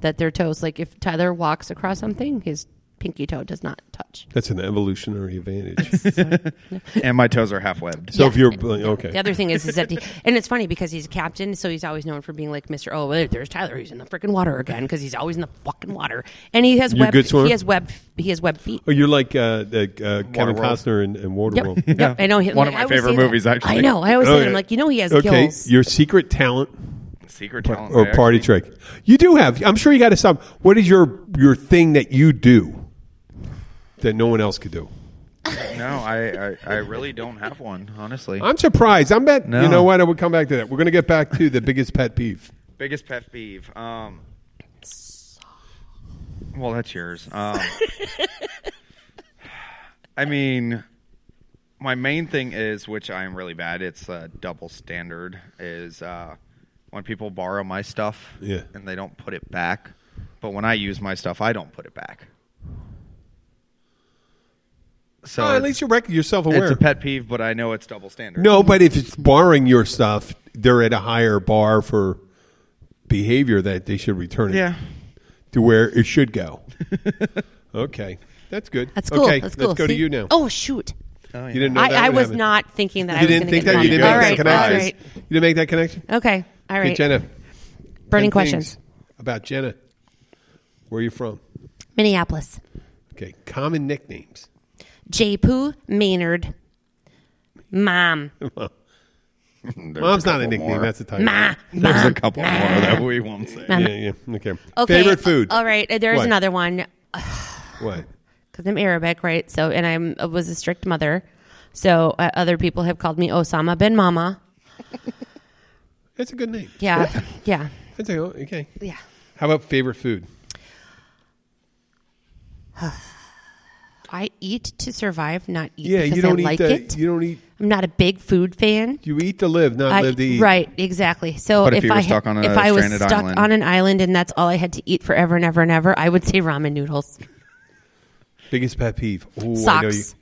Speaker 2: That their toes, like if Tyler walks across something, his pinky toe does not touch.
Speaker 1: That's an evolutionary advantage.
Speaker 3: and my toes are half webbed.
Speaker 1: So if
Speaker 2: Yeah.
Speaker 1: you're okay,
Speaker 2: The other thing is, is that, he, and it's funny because he's a captain, so he's always known for being like Mister. Oh, well, there's Tyler. He's in the freaking water again because he's always in the fucking water, and he has
Speaker 1: You a
Speaker 2: web.
Speaker 1: good swimmer?
Speaker 2: He has web. He has web feet.
Speaker 1: oh, you're like uh, the, uh, Kevin
Speaker 3: Waterworld.
Speaker 1: Costner in, in
Speaker 2: Yep.
Speaker 1: Waterworld.
Speaker 2: yep. I know. him.
Speaker 3: One
Speaker 2: Like,
Speaker 3: of my
Speaker 2: I always
Speaker 3: favorite
Speaker 2: say that.
Speaker 3: movies, actually.
Speaker 2: I know. I always say that.
Speaker 1: Okay.
Speaker 2: I'm like, you know, he has
Speaker 1: Oh, okay.
Speaker 2: gills.
Speaker 1: Your secret talent
Speaker 3: Secret talent.
Speaker 1: or
Speaker 3: I
Speaker 1: party
Speaker 3: actually-
Speaker 1: trick? You do have. I'm sure you got to stop. What is your your thing that you do that no one else could do?
Speaker 3: No, I, I, I really don't have one, honestly.
Speaker 1: I'm surprised. I'm betting.
Speaker 3: No.
Speaker 1: You know what? I would come back to that. We're going to get back to the biggest pet peeve.
Speaker 3: Biggest pet peeve. Um, well, that's yours. Um, I mean, my main thing is, which I am really bad. It's a double standard. Is uh, when people borrow my stuff,
Speaker 1: Yeah.
Speaker 3: and they don't put it back. But when I use my stuff, I don't put it back. So
Speaker 1: Oh, at
Speaker 3: it's-
Speaker 1: least you're, rec- you're self aware.
Speaker 3: it's a pet peeve, but I know it's double standard.
Speaker 1: No, but if it's borrowing your stuff, they're at a higher bar for behavior that they should return it
Speaker 3: Yeah.
Speaker 1: to where it should go. okay. That's good.
Speaker 2: That's cool.
Speaker 1: Okay,
Speaker 2: That's cool.
Speaker 1: let's go
Speaker 2: See?
Speaker 1: to you now.
Speaker 2: Oh shoot!
Speaker 3: Oh,
Speaker 1: you
Speaker 3: yeah.
Speaker 1: didn't know
Speaker 2: I,
Speaker 1: that
Speaker 2: I
Speaker 1: would
Speaker 2: was
Speaker 1: happen.
Speaker 2: not thinking that I
Speaker 1: You
Speaker 2: was
Speaker 1: didn't
Speaker 2: going
Speaker 1: think
Speaker 2: to get
Speaker 1: that you didn't
Speaker 2: all
Speaker 1: make that
Speaker 2: right,
Speaker 1: connection.
Speaker 2: all right.
Speaker 1: You didn't make that connection.
Speaker 2: Okay. All
Speaker 1: Okay,
Speaker 2: right.
Speaker 1: Jenna.
Speaker 2: Burning
Speaker 1: 10 things
Speaker 2: questions.
Speaker 1: about Jenna. Where are you from?
Speaker 2: Minneapolis.
Speaker 1: Okay, common nicknames.
Speaker 2: J. Poo Maynard. Mom.
Speaker 3: There's
Speaker 1: Mom's not a
Speaker 3: couple
Speaker 1: nickname.
Speaker 3: more.
Speaker 1: That's a title.
Speaker 2: Ma.
Speaker 3: There's a
Speaker 2: Mom.
Speaker 3: couple more that we won't say.
Speaker 1: Yeah, yeah. Okay.
Speaker 2: Okay.
Speaker 1: Favorite food.
Speaker 2: All right. There's
Speaker 1: What?
Speaker 2: another one
Speaker 1: What?
Speaker 2: because I'm Arabic, right? So, and I'm- I was a strict mother. So uh, other people have called me Osama bin Mama.
Speaker 1: That's a good name.
Speaker 2: Yeah. yeah.
Speaker 1: That's a, okay.
Speaker 2: Yeah.
Speaker 1: How about favorite food?
Speaker 2: I eat to survive, not eat
Speaker 1: Yeah,
Speaker 2: because
Speaker 1: you don't
Speaker 2: I
Speaker 1: eat
Speaker 2: like
Speaker 1: the,
Speaker 2: it.
Speaker 1: You don't eat.
Speaker 2: I'm not a big food fan.
Speaker 1: You eat to live, not
Speaker 2: I-
Speaker 1: live to eat.
Speaker 2: Right, exactly. So
Speaker 3: But if
Speaker 2: if,
Speaker 3: you were
Speaker 2: I
Speaker 3: stuck
Speaker 2: had-
Speaker 3: on a
Speaker 2: if I was
Speaker 3: stranded
Speaker 2: stuck
Speaker 3: island.
Speaker 2: on an island and that's all I had to eat forever and ever and ever, I would say ramen noodles,
Speaker 1: Biggest pet peeve. Ooh, I know you.
Speaker 2: socks,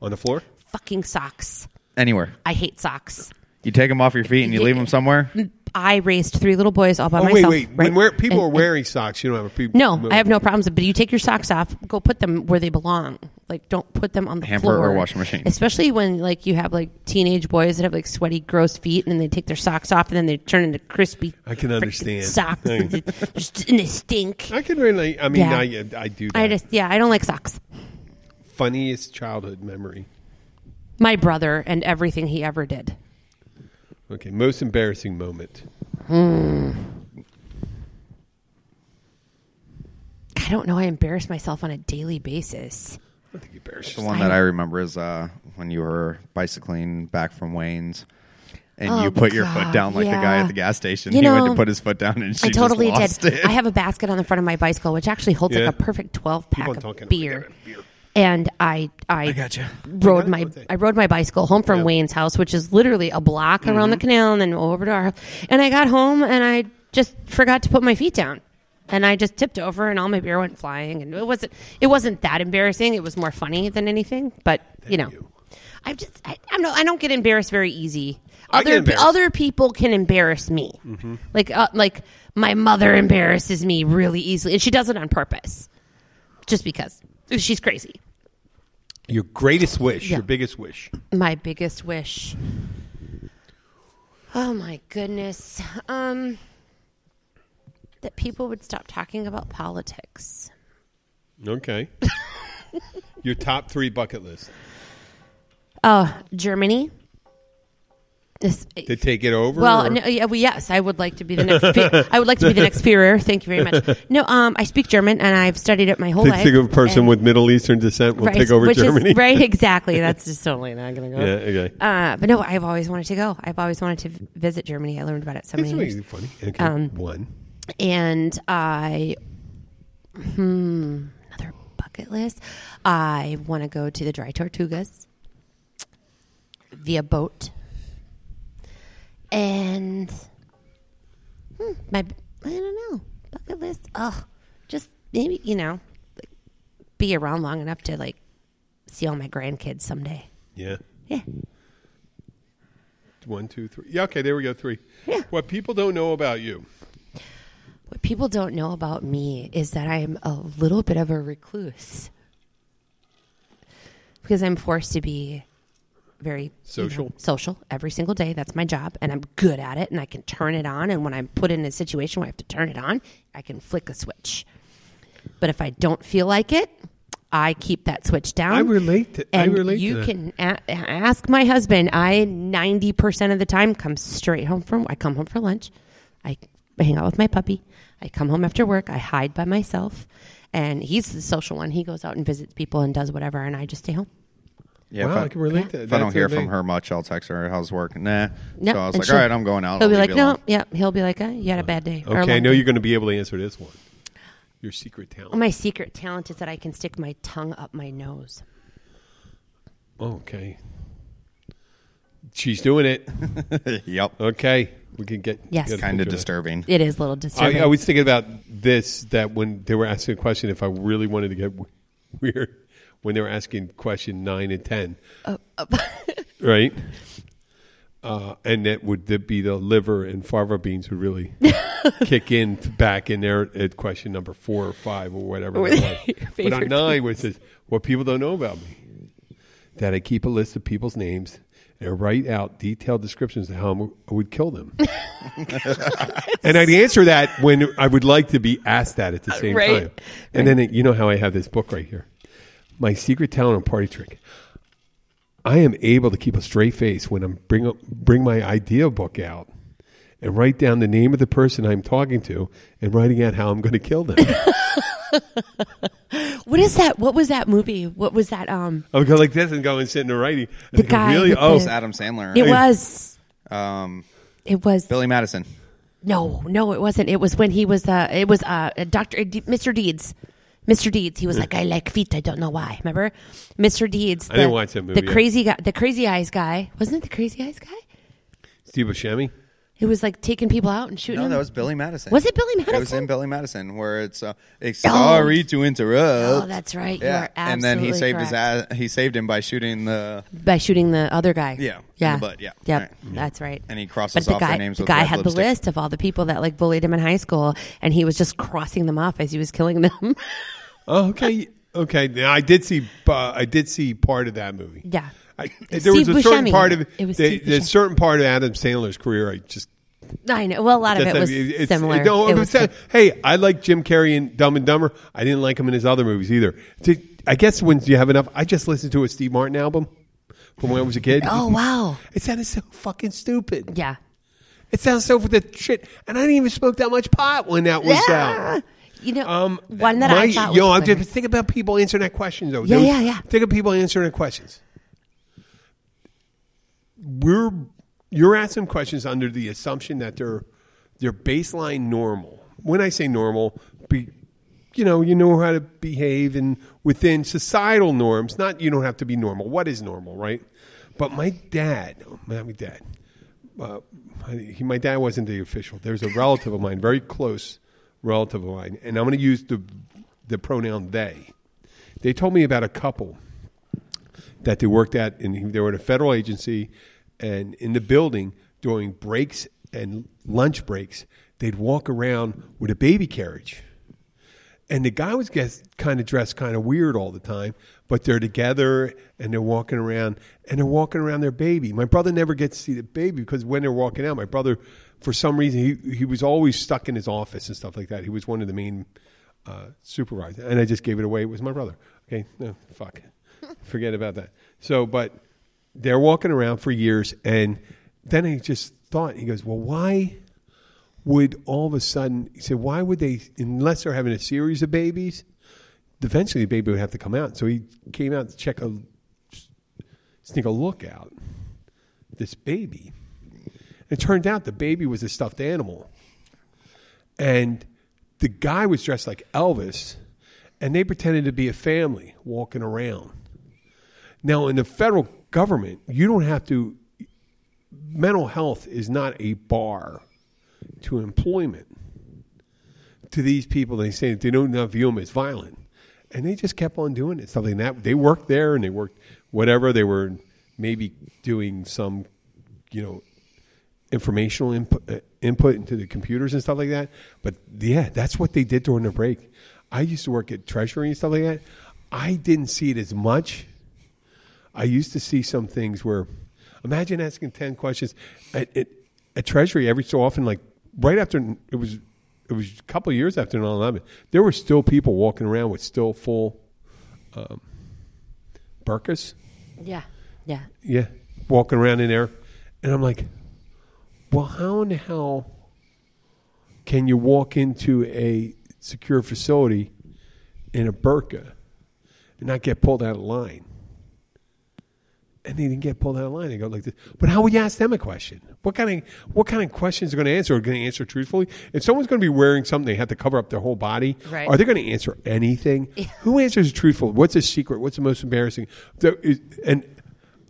Speaker 1: On the floor.
Speaker 2: fucking socks.
Speaker 3: Anywhere.
Speaker 2: I hate socks.
Speaker 3: You take them off your feet and you leave them somewhere.
Speaker 2: I raised three little boys all by
Speaker 1: Oh wait,
Speaker 2: myself.
Speaker 1: wait. When
Speaker 2: right?
Speaker 1: we're, people
Speaker 2: And-
Speaker 1: are wearing socks, you don't have a people.
Speaker 2: No, I have no problems. But you take your socks off, go put them where they belong. Like, don't put them on the
Speaker 3: Hamper or
Speaker 2: floor.
Speaker 3: washing machine.
Speaker 2: Especially when like you have like teenage boys that have like sweaty, gross feet, and then they take their socks off, and then they turn into crispy.
Speaker 1: I can
Speaker 2: frickin'
Speaker 1: understand.
Speaker 2: socks,
Speaker 1: I-
Speaker 2: and they, just- and they stink.
Speaker 1: I can really. I mean,
Speaker 2: Yeah.
Speaker 1: I I do. That.
Speaker 2: I just yeah, I don't like socks.
Speaker 1: funniest childhood memory.
Speaker 2: My brother and everything he ever did.
Speaker 1: Okay, most embarrassing moment.
Speaker 2: I don't know. I embarrass myself on a daily basis.
Speaker 1: I think embarrassing.
Speaker 3: The one that I remember is uh, when you were bicycling back from Wayne's. And
Speaker 2: Oh,
Speaker 3: you put your
Speaker 2: God,
Speaker 3: foot down like the guy
Speaker 2: yeah.
Speaker 3: at the gas station.
Speaker 2: You
Speaker 3: he went
Speaker 2: know,
Speaker 3: to put his foot down and she
Speaker 2: I totally
Speaker 3: just lost
Speaker 2: did.
Speaker 3: it.
Speaker 2: I have a basket on the front of my bicycle, which actually holds
Speaker 1: Yeah.
Speaker 2: like a perfect twelve
Speaker 1: Keep
Speaker 2: pack
Speaker 1: on
Speaker 2: of
Speaker 1: talking.
Speaker 2: beer.
Speaker 1: I beer.
Speaker 2: and I I,
Speaker 3: gotcha.
Speaker 1: I
Speaker 2: rode
Speaker 1: got it.
Speaker 2: my
Speaker 1: Okay.
Speaker 2: I rode my bicycle home from
Speaker 1: Yeah.
Speaker 2: Wayne's house, which is literally a block around the canal, and then over to our. And I got home and I just forgot to put my feet down, and I just tipped over, and all my beer went flying, and it wasn't it wasn't that embarrassing. It was more funny than anything, but you know,
Speaker 1: you.
Speaker 2: I just I, I'm no I don't get embarrassed very easy.
Speaker 1: I get
Speaker 2: Other
Speaker 1: embarrassed. Mm-hmm.
Speaker 2: other people can embarrass me, like uh, like my mother embarrasses me really easily, and she does it on purpose, just because she's crazy.
Speaker 1: Your greatest wish,
Speaker 2: Yeah.
Speaker 1: your biggest wish.
Speaker 2: My biggest wish. Oh my goodness. Um that people would stop talking about politics.
Speaker 1: Okay. your top three bucket list
Speaker 2: Oh, Germany. This
Speaker 1: to take it over.
Speaker 2: well,
Speaker 1: or-
Speaker 2: no, yeah, well, yes, I would like to be the next. Fe- I would like to be the next Führer. Thank you very much. No, um, I speak German and I've studied it my whole
Speaker 1: Think
Speaker 2: life.
Speaker 1: think of a person
Speaker 2: and-
Speaker 1: with Middle Eastern descent will
Speaker 2: right,
Speaker 1: take over
Speaker 2: which is-
Speaker 1: Germany.
Speaker 2: right, exactly. That's just totally not going to go.
Speaker 1: Yeah, okay.
Speaker 2: Uh, but no, I've always wanted to go. I've always wanted to v- visit Germany. I um, learned about it so
Speaker 1: That's
Speaker 2: many years
Speaker 1: really funny. Okay. One.
Speaker 2: and I hmm, another bucket list. I want to go to the Dry Tortugas via boat, and hmm, my I don't know bucket list. Oh, just maybe you know, like, be around long enough to like see all my grandkids someday.
Speaker 1: Yeah.
Speaker 2: Yeah.
Speaker 1: One, two, three. Yeah, okay, there we go. Three.
Speaker 2: Yeah.
Speaker 1: What people don't know about you.
Speaker 2: What people don't know about me is that I'm a little bit of a recluse because I'm forced to be very you know,
Speaker 1: Social.
Speaker 2: social every single day. That's my job, and I'm good at it, and I can turn it on. And when I'm put in a situation where I have to turn it on, I can flick a switch. But if I don't feel like it, I keep that switch down.
Speaker 1: I relate to- I
Speaker 2: and
Speaker 1: relate to
Speaker 2: You
Speaker 1: that.
Speaker 2: can a- ask my husband. I ninety percent of the time come straight home from. I come home for lunch. I hang out with my puppy. I come home after work. I hide by myself, and he's the social one. He goes out and visits people and does whatever, and I just stay home.
Speaker 3: Yeah,
Speaker 1: wow,
Speaker 3: if
Speaker 1: I,
Speaker 3: I,
Speaker 1: can relate to that.
Speaker 3: if I don't
Speaker 1: That's
Speaker 3: hear
Speaker 1: amazing.
Speaker 3: from her much, I'll text her, "How's work?" Nah.
Speaker 2: No,
Speaker 3: so I was
Speaker 2: and
Speaker 3: like,
Speaker 2: she'll-
Speaker 3: "All right, I'm going out."
Speaker 2: He'll
Speaker 3: I'll
Speaker 2: be
Speaker 3: leave
Speaker 2: like,
Speaker 3: you
Speaker 2: no,
Speaker 3: alone."
Speaker 2: yeah. He'll be like, uh, you had a bad day. or a
Speaker 1: Okay, I
Speaker 2: long
Speaker 1: know
Speaker 2: day."
Speaker 1: you're going to be able to answer this one. Your secret talent.
Speaker 2: My secret talent is that I can stick my tongue up my nose.
Speaker 1: Oh, Okay. She's doing it.
Speaker 3: Yep.
Speaker 1: Okay. We can get
Speaker 2: Yes.
Speaker 1: get a
Speaker 3: Kind of
Speaker 1: picture that.
Speaker 3: disturbing.
Speaker 2: It is a little disturbing.
Speaker 1: I, I was thinking about this that when they were asking a question, if I really wanted to get w- weird, when they were asking question nine and ten,
Speaker 2: Uh,
Speaker 1: right? Uh, and that would that be the liver and fava beans would really kick in back in there at question number four or five or whatever.
Speaker 2: Or
Speaker 1: it
Speaker 2: your
Speaker 1: was. But on
Speaker 2: favorite
Speaker 1: nine, which is what people don't know about me, that I keep a list of people's names and write out detailed descriptions of how I would kill them. And I'd answer that when I would like to be asked that at the same
Speaker 2: Right.
Speaker 1: time. And then it, you know how I have this book right here. My secret talent and party trick. I am able to keep a straight face when I'm bring up, bring my idea book out and write down the name of the person I'm talking to and writing out how I'm going to kill them.
Speaker 2: what is that? What was that movie? What was that? Um,
Speaker 1: I would go like this and go and sit in the writing. I
Speaker 2: The
Speaker 1: think,
Speaker 2: guy
Speaker 1: really?
Speaker 2: with
Speaker 1: Oh,
Speaker 3: It's Adam Sandler.
Speaker 2: it
Speaker 3: right?
Speaker 2: was.
Speaker 3: um,
Speaker 2: It was.
Speaker 3: Billy Madison.
Speaker 2: No, no, it wasn't. It was when he was. Uh, it was uh, Doctor D- Mr. Deeds. Mr. Deeds. He was like, I like feet. I don't know why. Remember, Mr. Deeds. The,
Speaker 1: I didn't watch that movie.
Speaker 2: The crazy guy. The crazy eyes guy. Wasn't it the crazy eyes guy?
Speaker 1: Steve Buscemi.
Speaker 2: It was like taking people out and shooting.
Speaker 3: No,
Speaker 2: them.
Speaker 3: that was Billy Madison.
Speaker 2: Was it Billy
Speaker 3: It was
Speaker 2: Madison?
Speaker 3: in Billy Madison where it's uh, it's sorry to interrupt.
Speaker 2: Oh, that's right. You
Speaker 3: Yeah,
Speaker 2: are
Speaker 3: and then he
Speaker 2: absolutely
Speaker 3: saved his ass.
Speaker 2: correct.
Speaker 3: He saved him by shooting the
Speaker 2: by shooting the other guy.
Speaker 3: Yeah, in
Speaker 2: yeah,
Speaker 3: the butt, yeah.
Speaker 2: yep,
Speaker 3: Right.
Speaker 2: that's right.
Speaker 3: And he crosses
Speaker 2: But the
Speaker 3: off
Speaker 2: guy,
Speaker 3: their names
Speaker 2: The
Speaker 3: with
Speaker 2: guy
Speaker 3: red
Speaker 2: had the
Speaker 3: lipstick.
Speaker 2: list of all the people that like bullied him in high school, and he was just crossing them off as he was killing them.
Speaker 1: Oh, okay. Okay. Now I did see uh, I did see part of that movie.
Speaker 2: Yeah.
Speaker 1: I,
Speaker 2: Steve
Speaker 1: there was a certain
Speaker 2: Buscemi.
Speaker 1: part of
Speaker 2: It was
Speaker 1: the,
Speaker 2: Steve
Speaker 1: the
Speaker 2: Buscemi.
Speaker 1: certain part of Adam Sandler's career. I just
Speaker 2: I know. Well, a lot of it
Speaker 1: that's-
Speaker 2: was
Speaker 1: it's-
Speaker 2: similar.
Speaker 1: it- no,
Speaker 2: It
Speaker 1: I'm
Speaker 2: was
Speaker 1: saying, hey, I like Jim Carrey in Dumb and Dumber. I didn't like him in his other movies either. Did- I guess when you have enough, I just listened to a Steve Martin album from when I was a kid.
Speaker 2: Oh wow.
Speaker 1: It sounded so fucking stupid.
Speaker 2: Yeah.
Speaker 1: It sounds so for the shit, and I didn't even smoke that much pot when that was out.
Speaker 2: You know,
Speaker 1: Um,
Speaker 2: one that I
Speaker 1: my-
Speaker 2: thought was
Speaker 1: yo, I'm
Speaker 2: hilarious.
Speaker 1: just think about people answering that question though.
Speaker 2: Yeah,
Speaker 1: Those-
Speaker 2: yeah, yeah.
Speaker 1: Think of people answering their questions. We're you're asking questions under the assumption that they're they're baseline normal. When I say normal, be you know you know how to behave and within societal norms. Not you don't have to be normal. What is normal, right? But my dad, not my dad, uh, my- he, my dad wasn't the official. There's a relative of mine, very close relative of mine, and I'm going to use the the pronoun they. They told me about a couple that they worked at, and they were at a federal agency, and in the building during breaks and lunch breaks, they'd walk around with a baby carriage. And the guy was guess, kind of dressed kind of weird all the time, but they're together and they're walking around and they're walking around their baby. My brother never gets to see the baby because when they're walking out, my brother, for some reason, he, he was always stuck in his office and stuff like that. He was one of the main uh, supervisors. And I just gave it away. It was my brother. Okay, no, fuck. Forget about that. So, but they're walking around for years. And then I just thought, he goes, well, why? would all of a sudden he said, why would they unless they're having a series of babies, eventually the baby would have to come out. So he came out to check a sneak a look out this baby. It turned out the baby was a stuffed animal. And the guy was dressed like Elvis and they pretended to be a family walking around. Now in the federal government, you don't have to mental health is not a bar to employment to these people. They say that they don't now view them as violent, and they just kept on doing it. Something that they worked there and they worked whatever they were, maybe doing some, you know, informational input, uh, input into the computers and stuff like that. But yeah, that's what they did during the break. I used to work at Treasury and stuff like that. I didn't see it as much. I used to see some things where, imagine asking ten questions at, at, at Treasury every so often, like right after it was, it was a couple of years after 9-11, there were still people walking around with still full um, burkas,
Speaker 2: Yeah. Yeah.
Speaker 1: yeah, walking around in there, and I'm like, well, how in the hell can you walk into a secure facility in a burqa and not get pulled out of line? And they didn't get pulled out of line. They go like this. But how would you ask them a question? What kind of what kind of questions are going to answer? Are going to answer truthfully? If someone's going to be wearing something, they have to cover up their whole body.
Speaker 2: Right.
Speaker 1: Are they going to answer anything? Who answers truthfully? What's the secret? What's the most embarrassing? There is- and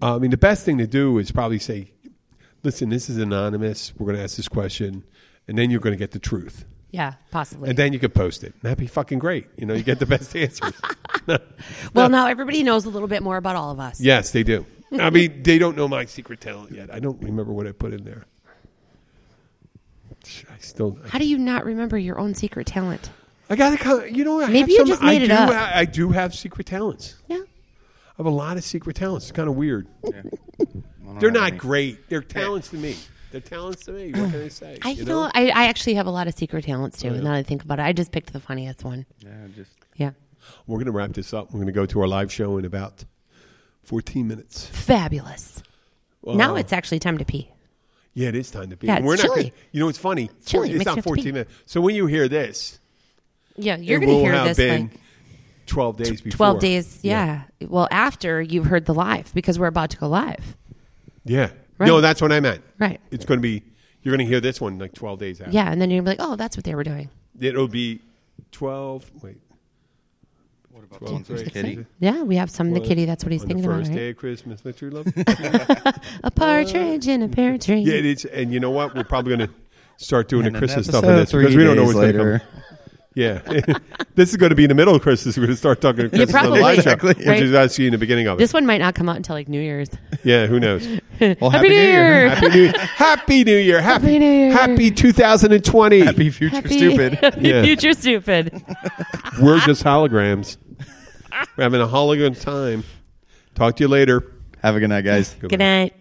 Speaker 1: uh, I mean, the best thing to do is probably say, "Listen, this is anonymous. We're going to ask this question, and then you're going to get the truth."
Speaker 2: Yeah. Possibly.
Speaker 1: And then you could post it. That'd be fucking great. You know, you get the best answers.
Speaker 2: well, now everybody knows a little bit more about all of us.
Speaker 1: Yes, they do. I mean, they don't know my secret talent yet. I don't remember what I put in there. I still.
Speaker 2: How do you not remember your own secret talent?
Speaker 1: I got to come. You know, I have
Speaker 2: Maybe you
Speaker 1: some-
Speaker 2: just
Speaker 1: I
Speaker 2: made it
Speaker 1: do,
Speaker 2: up.
Speaker 1: I, I do have secret talents.
Speaker 2: Yeah.
Speaker 1: I have a lot of secret talents. It's kind of weird. They're not great. They're talents to me. They're talents to me. What can I say?
Speaker 2: I, you know, I, I actually have a lot of secret talents
Speaker 1: Oh,
Speaker 2: too. Now that I think about it, I just picked the funniest one.
Speaker 3: Yeah, just
Speaker 2: Yeah.
Speaker 1: We're going to wrap this up. We're going to go to our live show in about 14 minutes.
Speaker 2: Fabulous. now it's actually time to pee.
Speaker 1: Yeah, it is time to be.
Speaker 2: Yeah, it's
Speaker 1: We're not
Speaker 2: chilly.
Speaker 1: gonna- you know, it's funny. It's,
Speaker 2: chilly. It makes
Speaker 1: not
Speaker 2: you have to pee.
Speaker 1: 14 minutes. So when you hear this,
Speaker 2: Yeah. You're
Speaker 1: it
Speaker 2: going to
Speaker 1: will
Speaker 2: hear
Speaker 1: have
Speaker 2: this
Speaker 1: been
Speaker 2: like
Speaker 1: 12 days before.
Speaker 2: 12 days. Yeah. Well, after you've heard the live because we're about to go live.
Speaker 1: Yeah.
Speaker 2: Right.
Speaker 1: No, that's what I meant.
Speaker 2: Right.
Speaker 1: It's going to be, you're going to hear this one like 12 days after.
Speaker 2: Yeah. And then you're going to be like, oh, that's what they were doing.
Speaker 1: It'll be 12, wait. What about 12,
Speaker 3: Kitty? Kitty?
Speaker 2: Yeah. We have some in the kitty. That's what he's
Speaker 1: On
Speaker 2: thinking
Speaker 1: the
Speaker 2: about.
Speaker 1: first
Speaker 2: right?
Speaker 1: day of Christmas, my true love.
Speaker 2: A partridge in a pear tree.
Speaker 1: yeah, it is. And you know what? We're probably going to start doing
Speaker 3: And
Speaker 1: the
Speaker 3: an
Speaker 1: Christmas stuff in
Speaker 3: episode
Speaker 1: this because
Speaker 3: three
Speaker 1: we don't know
Speaker 3: days
Speaker 1: what's going to
Speaker 3: later.
Speaker 1: come. Yeah. this is going to be in the middle of Christmas. We're going to start talking Christmas on
Speaker 2: probably.
Speaker 1: the live show,
Speaker 3: Exactly.
Speaker 1: which
Speaker 2: Right.
Speaker 1: is actually in the beginning of it.
Speaker 2: This one might not come out until like New Year's.
Speaker 1: Yeah, who knows?
Speaker 3: well,
Speaker 2: Happy New Year.
Speaker 1: Happy New Year. Happy New Year. Happy,
Speaker 2: Happy New Year.
Speaker 1: happy 2020.
Speaker 3: Happy future
Speaker 2: Happy-
Speaker 3: stupid.
Speaker 2: Happy
Speaker 1: Yeah.
Speaker 2: Future stupid.
Speaker 1: We're just holograms. We're having a hologram time. Talk to you later.
Speaker 3: Have a good night, guys.
Speaker 2: Good night.